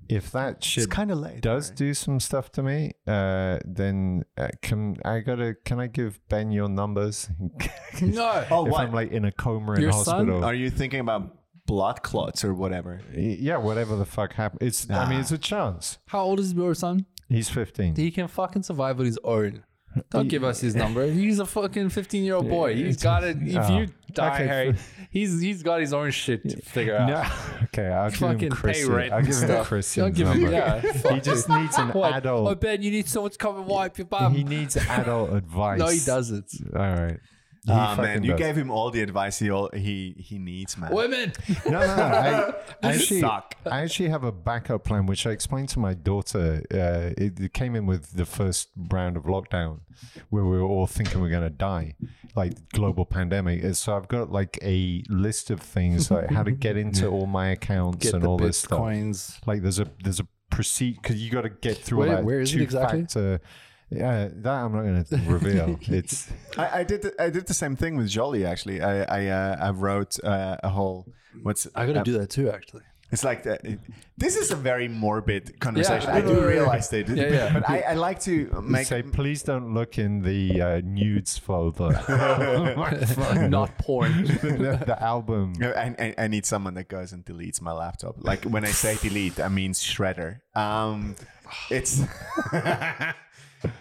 E: if that shit
C: It's kind of late.
E: does do some stuff to me, uh, then uh, can I gotta? Can I give Ben your numbers? (laughs)
F: No.
C: Oh,
E: if
C: what?
E: I'm like in a coma in
F: Your son?
E: hospital,
C: Are you thinking about blood clots or whatever?
E: yeah, whatever the fuck happened. It's I mean, it's a chance.
F: How old is your son?
E: He's 15.
F: He can fucking survive on his own. Don't give us his number. He's a fucking fifteen-year-old boy. He's got it. If
E: Oh.
F: you die,
E: Okay.
F: Harry, he's he's got his own shit to figure out.
E: No. (laughs) Okay, I'll give him
F: Fucking pay
E: Chris.
F: rent
E: I'll
F: and
E: give him
F: stuff. Don't
E: Christian's
F: give him
E: number.
F: yeah.
E: He just needs an
F: (laughs) What? Oh,
E: adult.
F: Ben, you need someone to come and wipe your bum.
E: He
F: (laughs)
E: needs adult advice.
F: no, he doesn't.
E: All right. He
C: Ah,
E: fucking
C: man, you
E: does.
C: gave him all the advice he all, he he needs, man.
F: Women.
E: no, no,
F: (laughs)
E: no. I, I actually,
C: suck.
E: I actually have a backup plan, which I explained to my daughter. Uh, it, it came in with the first round of lockdown, where we were all thinking we're going to die, like global pandemic. And so I've got like a list of things, like how to
F: (laughs)
E: get into all my accounts
F: Get
E: and
F: the
E: all this stuff.
F: bitcoins.
E: Like there's a there's a proceed because you got to get through
F: Where-
E: all that
F: where is it
E: two
F: exactly?
E: factor. Yeah, that I'm not going to
F: (laughs)
E: reveal. it's
C: I, I did the, I did the same thing with Jolly actually. I I, uh, I wrote uh, a whole what's
F: I gotta
C: uh,
F: do that too,
E: (laughs)
F: actually.
C: It's like that. it- this is a very morbid conversation.
F: Yeah.
C: I do realize they did,
F: Yeah, yeah.
C: but I, I like to make
E: say please don't look in the uh, nudes folder, (laughs)
F: Not porn.
E: the, the album.
C: No, I, I, I need someone that goes and deletes my laptop. Like when I say delete, I mean shredder. Um, it's (laughs)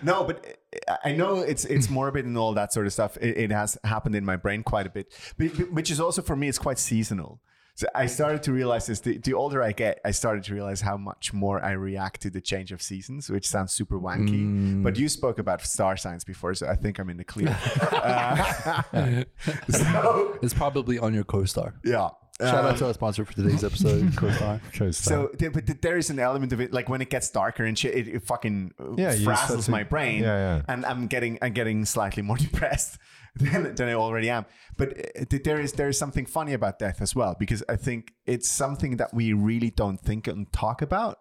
C: no, but I- I know it's
F: (clears throat)
C: it's morbid and all that sort of stuff. It, it has happened in my brain quite a bit, but, but- which is also for me, it's quite seasonal. So I started to realize this. The, the older I get, I started to realize how much more I react to the change of seasons, which sounds super wanky.
F: Mm.
C: But you spoke about star signs before, so I think I'm in
F: (laughs)
C: the clear. Uh, so
F: It's probably on your co-star.
C: yeah.
F: Shout
C: Um,
F: out to our sponsor for today's
E: (laughs)
F: episode, co-star.
E: Coast
C: So, there, but th- there is an element of it, like when it gets darker and shit, it, it fucking uh,
E: Yeah, you start
C: frazzles
E: to-
C: my brain,
E: Yeah, yeah.
C: and I'm getting I'm getting slightly more (laughs) depressed than, than I already am. But uh, th- there is there is something funny about death as well, because I think it's something that we really don't think and talk about.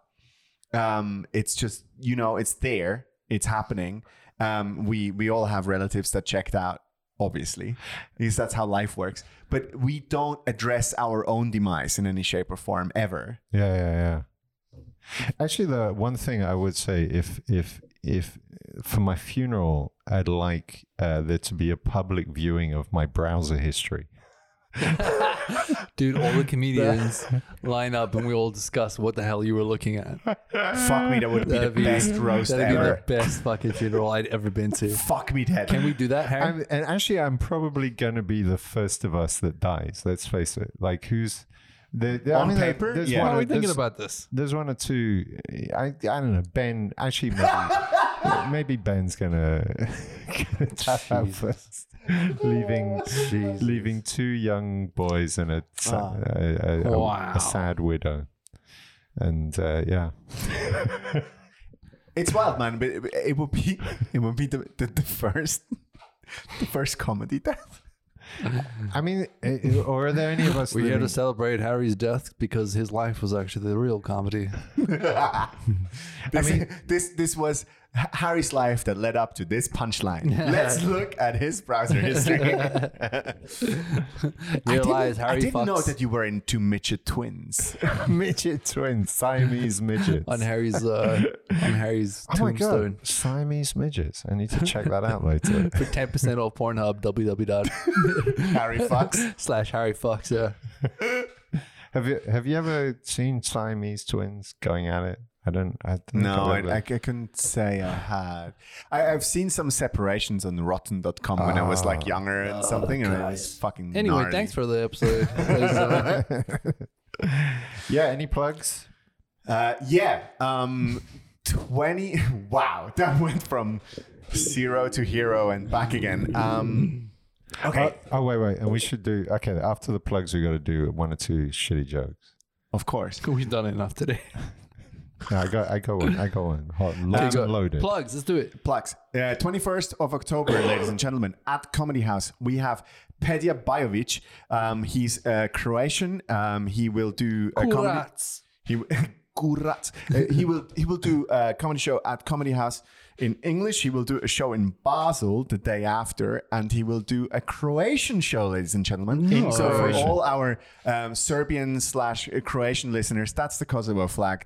C: Um, it's just you know, it's there, it's happening. Um, we we all have relatives that checked out. Obviously, because that's how life works. But we don't address our own demise in any shape or form ever.
E: Yeah, yeah, yeah. Actually, the one thing I would say, if if if for my funeral, I'd like uh, there to be a public viewing of my browser history.
F: Dude,
C: (laughs)
F: all the comedians line up and we all discuss what the hell you were looking at.
C: Fuck me, that would be the
F: That'd be- (laughs)
C: best roast
F: That'd
C: ever.
F: be the best fucking funeral I'd ever been to.
C: Fuck me, dead.
F: Can we do that, Harry?
E: I'm, and actually, I'm probably going to be the first of us that dies. Let's face it. Like, who's the, the I
C: On
E: mean, there-
C: paper?
E: There's
C: Yeah.
E: one
F: Why are we
E: or- there's-
F: thinking about this?
E: There's one or two. I I don't know. Ben
F: (laughs)
E: actually maybe, maybe Ben's gonna, gonna tap out first, leaving leaving two young boys and a sa-
C: Ah.
E: a, a- a-
F: Wow.
E: a sad widow, and uh, yeah,
C: It's wild, man. But it- it would be (laughs) it would be the, the, the first (laughs) the first comedy death.
E: I mean, eh, or are there any of us?
F: We're here
E: living-
F: to celebrate Harry's death because his life was actually the real comedy.
C: (laughs) This, this this was H- Harry's life that led up to this
F: (laughs)
C: punchline. Let's look at his browser history.
G: Realize
C: I didn't, I
G: Harry
C: didn't
G: fucks
C: know that you were into midget twins.
E: (laughs) midget twin, Siamese midgets. Oh
F: on Harry's
C: (laughs)
F: uh, on Harry's
C: Oh
F: tombstone
E: Siamese midgets. I need to check that out later.
F: for ten percent off Pornhub www dot
C: Harry
F: (laughs)
C: Fox.
F: slash Harry Fox. Yeah,
E: have you have you ever seen Siamese twins going at it? I don't. I don't think
C: No, I,
E: I've
C: I, I
E: ever-
C: couldn't say I had. I, I've seen some separations on rotten.com when I was like younger and something, and it was fucking.
F: Ah. Oh, Anyway,
C: gnarly.
F: thanks for the episode. uh, ladies and
C: (laughs)
F: gentlemen.
E: yeah. Any plugs?
C: Uh, yeah. Um, 20. (laughs) Wow. That went from zero to hero and back again. Um, okay.
E: Oh wait, wait. And we should do okay. After the plugs, we got to do one or two shitty jokes.
C: of course.
F: We've done enough today.
E: No, I got, I got one. I got one.
F: (laughs)
E: Hot,
F: Okay,
E: locked
F: go.
E: and loaded.
F: Plugs. Let's do it.
C: Plugs. Uh, 21st of October, (laughs) ladies and gentlemen, at Comedy House, we have Pedja Bajovic. Um, he's uh, Croatian. Um, he will do a comedy.
F: Kurats.
C: He (laughs) Kurat. Uh, he will he will do a comedy show at Comedy House in English. He will do a show in Basel the day after, and he will do a Croatian show, ladies and gentlemen. So for all our um, Serbian slash Croatian listeners, that's the Kosovo flag,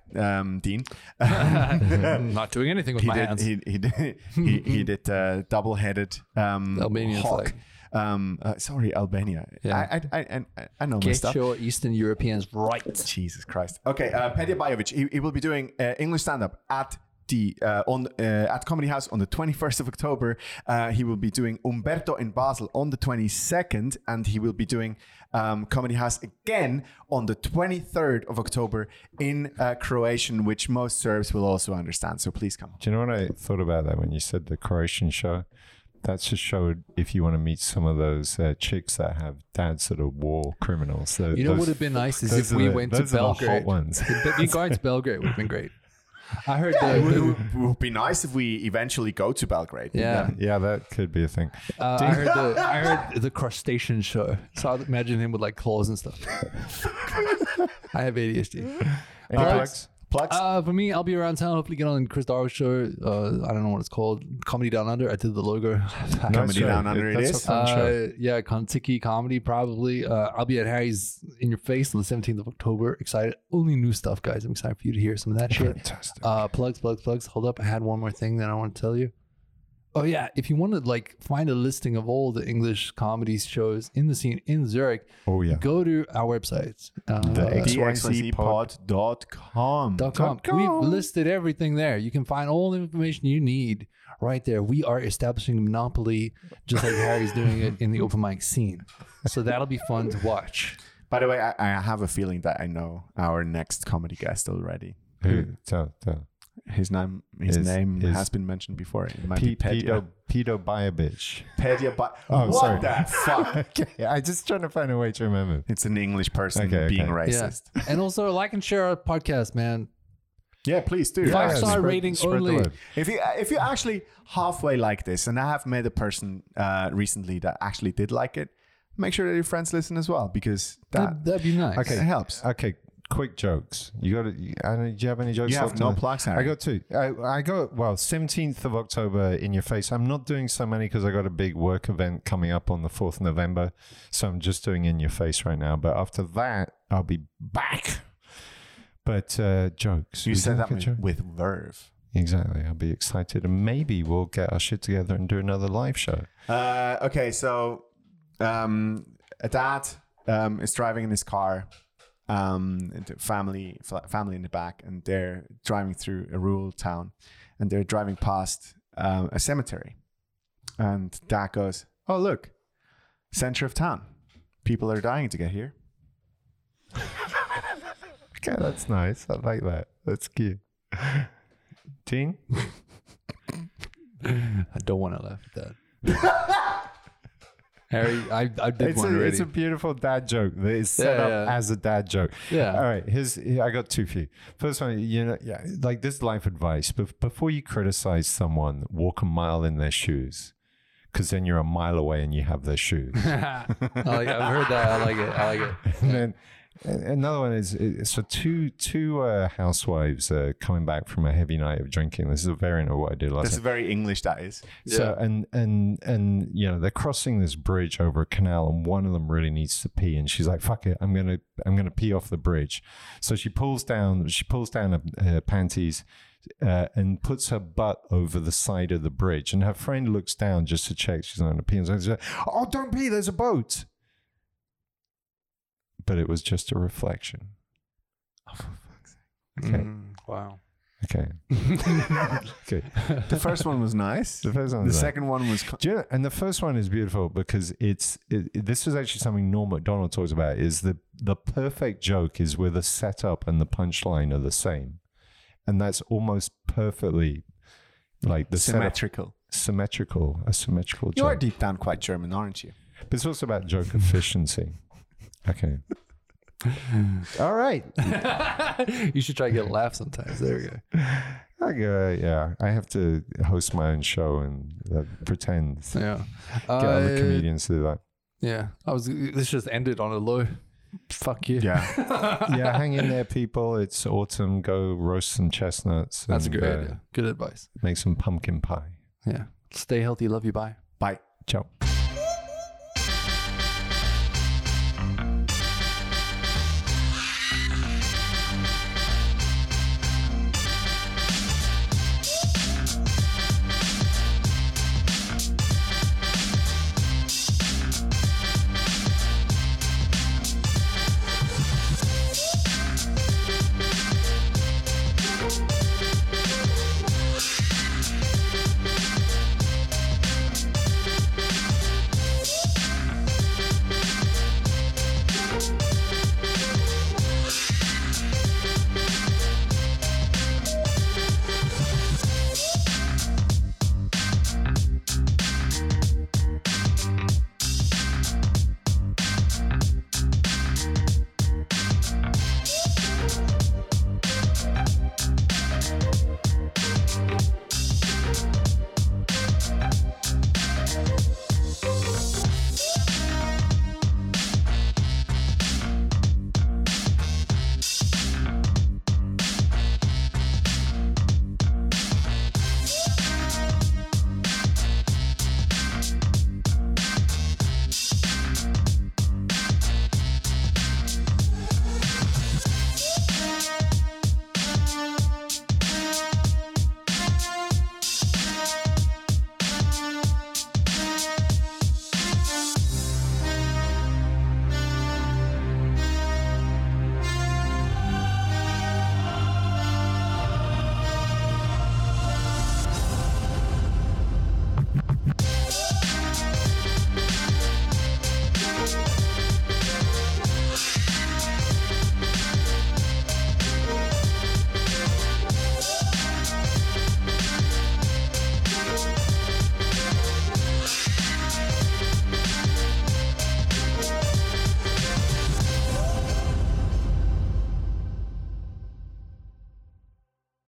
F: (laughs)
C: um, Dean. (laughs)
F: Not doing anything with
C: he
F: my
C: did,
F: hands.
C: he, he did he,
F: (laughs)
C: he did uh, double-headed um,
F: Albanian
C: hawk.
F: flag.
C: Um, uh, sorry, Albania.
F: Yeah.
C: I, I, I, I, I know my
F: Get
C: stuff.
F: your Eastern Europeans right.
C: Jesus Christ. Okay, uh, Petya Bajovic, he, he will be doing uh, English stand-up at the uh, on uh, at Comedy House on the 21st of October. Uh, he will be doing Umberto in Basel on the 22nd, and he will be doing um, Comedy House again on the 23rd of October in uh, Croatian, which most Serbs will also understand. So please come.
E: Do you know what I thought about that when you said the Croatian show? That's a show if you want to meet some of those uh, chicks that have dads that are war criminals. Tho-
F: You know what
E: those-
F: would have been nice is
E: those
F: if
E: are
F: we
E: the-
F: went to
E: those are the hot
F: Belgrade. (laughs)
E: ones.
F: you going to Belgrade would have been great. I heard
C: It would, it
F: the,
C: would- it would be nice if we eventually go to Belgrade.
F: yeah.
E: yeah, that could be a thing.
F: Uh, I heard the I heard the crustacean show. So I'd imagine him with like claws and stuff. I have ADHD.
E: Any plugs?
C: Plugs?
F: Uh, for me, I'll be around town. Hopefully, get on Chris Darrow's show. Uh, I don't know what it's called. Comedy Down Under. I did the logo. (laughs)
C: Comedy
E: sure.
C: Down Under it
E: that's a
C: is.
E: fun show.
F: Uh, yeah, Kontiki comedy probably. Uh, I'll be at Harry's in your face on the 17th of October. Excited, only new stuff, guys. I'm excited for you to hear some of that
E: (laughs)
F: shit.
E: Fantastic.
F: Uh, plugs, plugs, plugs. Hold up, I had one more thing that I want to tell you. Oh yeah, if you want to like find a listing of all the English comedy shows in the scene in Zurich,
E: Oh, yeah.
F: go to our website. Uh,
C: DXYZpod.com.
F: dot com. We've listed everything there. You can find all the information you need right there. We are establishing a monopoly, just like Harry's doing it in the open mic scene. So that'll be fun to watch.
C: By the way, I, I have a feeling that I know our next comedy guest already.
E: Who? Tell, tell.
C: His name, his
E: Is-
C: name
E: is-
C: has been mentioned before. It might
E: Pe-
C: be
E: pedo,
C: Pedia.
E: pedo by a bitch. (laughs)
C: Pedia, (laughs) but
E: Oh,
C: what
E: sorry.
C: the (laughs) fuck?
E: okay, I just trying to find a way to remember.
C: It's an English person
E: Okay,
C: being
E: okay.
F: Yeah.
C: racist.
F: And also like and share our podcast, man.
C: Yeah, please do.
F: Five
E: Yeah,
F: star
E: spread-
F: rating
E: spread the
F: only.
E: word.
C: If you if you actually halfway like this, and I have met a person uh, recently that actually did like it, make sure that your friends listen as well because
F: That'd,
C: that
F: that'd be nice.
C: it
E: Uh, Okay.
C: helps.
E: Okay, quick jokes. You got it. I don't, do you have any jokes?
C: You have
E: left
C: no
E: on-
C: plugs,
E: I
C: Harry.
E: got two. I, I got well, seventeenth of October in your face. I'm not doing so many because I got a big work event coming up on the fourth November, so I'm just doing in your face right now. But after that, I'll be back. But uh, jokes.
C: you
E: We
C: said
E: didn't
C: that
E: get
C: with,
E: joke-
C: with verve.
E: exactly. I'll be excited, and maybe we'll get our shit together and do another live show.
C: Uh, okay, so um, a dad um, is driving in his car, um, and the family fl- family in the back, and they're driving through a rural town, and they're driving past um, a cemetery, and dad goes, "Oh look, center of town, people are dying to get here."
E: Okay, that's nice. I like that. That's cute. (laughs) Dean.
F: I don't want to laugh at that. (laughs) Harry, I, I did
E: It's
F: one
E: a,
F: already.
E: it's a beautiful dad joke that is set
F: Yeah,
E: up
F: yeah.
E: as a dad joke.
F: Yeah.
E: All right. Here's I got two for you. First one, you know, yeah, like this life advice. But before you criticize someone, walk a mile in their shoes, because
F: (laughs)
E: then you're a mile away and you have their shoes. (laughs)
F: I like, I've heard that. I like it. I like it.
E: and then A- Another one is is- so two two uh, housewives uh, coming back from a heavy night of drinking. This is a variant of what I did last
C: That's
E: time.
C: very English, that is.
E: So and and and you know they're crossing this bridge over a canal, and one of them really needs to pee, and she's like, "Fuck it, I'm gonna I'm gonna pee off the bridge." So she pulls down she pulls down her, her panties. Uh, and puts her butt over the side of the bridge, and her friend looks down just to check she's not going to pee. And so she's like, "Oh, don't pee! There's a boat." But it was just a reflection. Okay.
F: Wow.
E: Okay. okay.
C: The first one was nice.
E: The first
C: (laughs)
E: one.
C: The
E: is that.
C: second one was. co-
E: Do you know- and the first one is beautiful because it's it, it- this is actually something Norm Macdonald talks about is the the perfect joke is where the setup and the punchline are the same, and that's almost perfectly like the setup-
C: symmetrical.
E: symmetrical, a symmetrical
C: You are
E: joke.
C: deep down quite German, aren't you?
E: but it's also about joke efficiency. (laughs) Okay. All right.
F: you should try to get a laugh sometimes. There we go.
E: Okay, yeah, I have to host my own show and uh, pretend get
F: Yeah.
E: other
F: Uh,
E: comedians to do that.
F: Yeah. I was. This just ended on a low. Fuck you.
C: (laughs) Yeah.
E: yeah, hang in there, people. It's autumn. Go roast some chestnuts.
F: That's a
E: and,
F: great
E: uh,
F: idea. Good advice.
E: Make some pumpkin pie.
F: Yeah. Stay healthy. Love you. Bye.
C: Bye.
E: Ciao.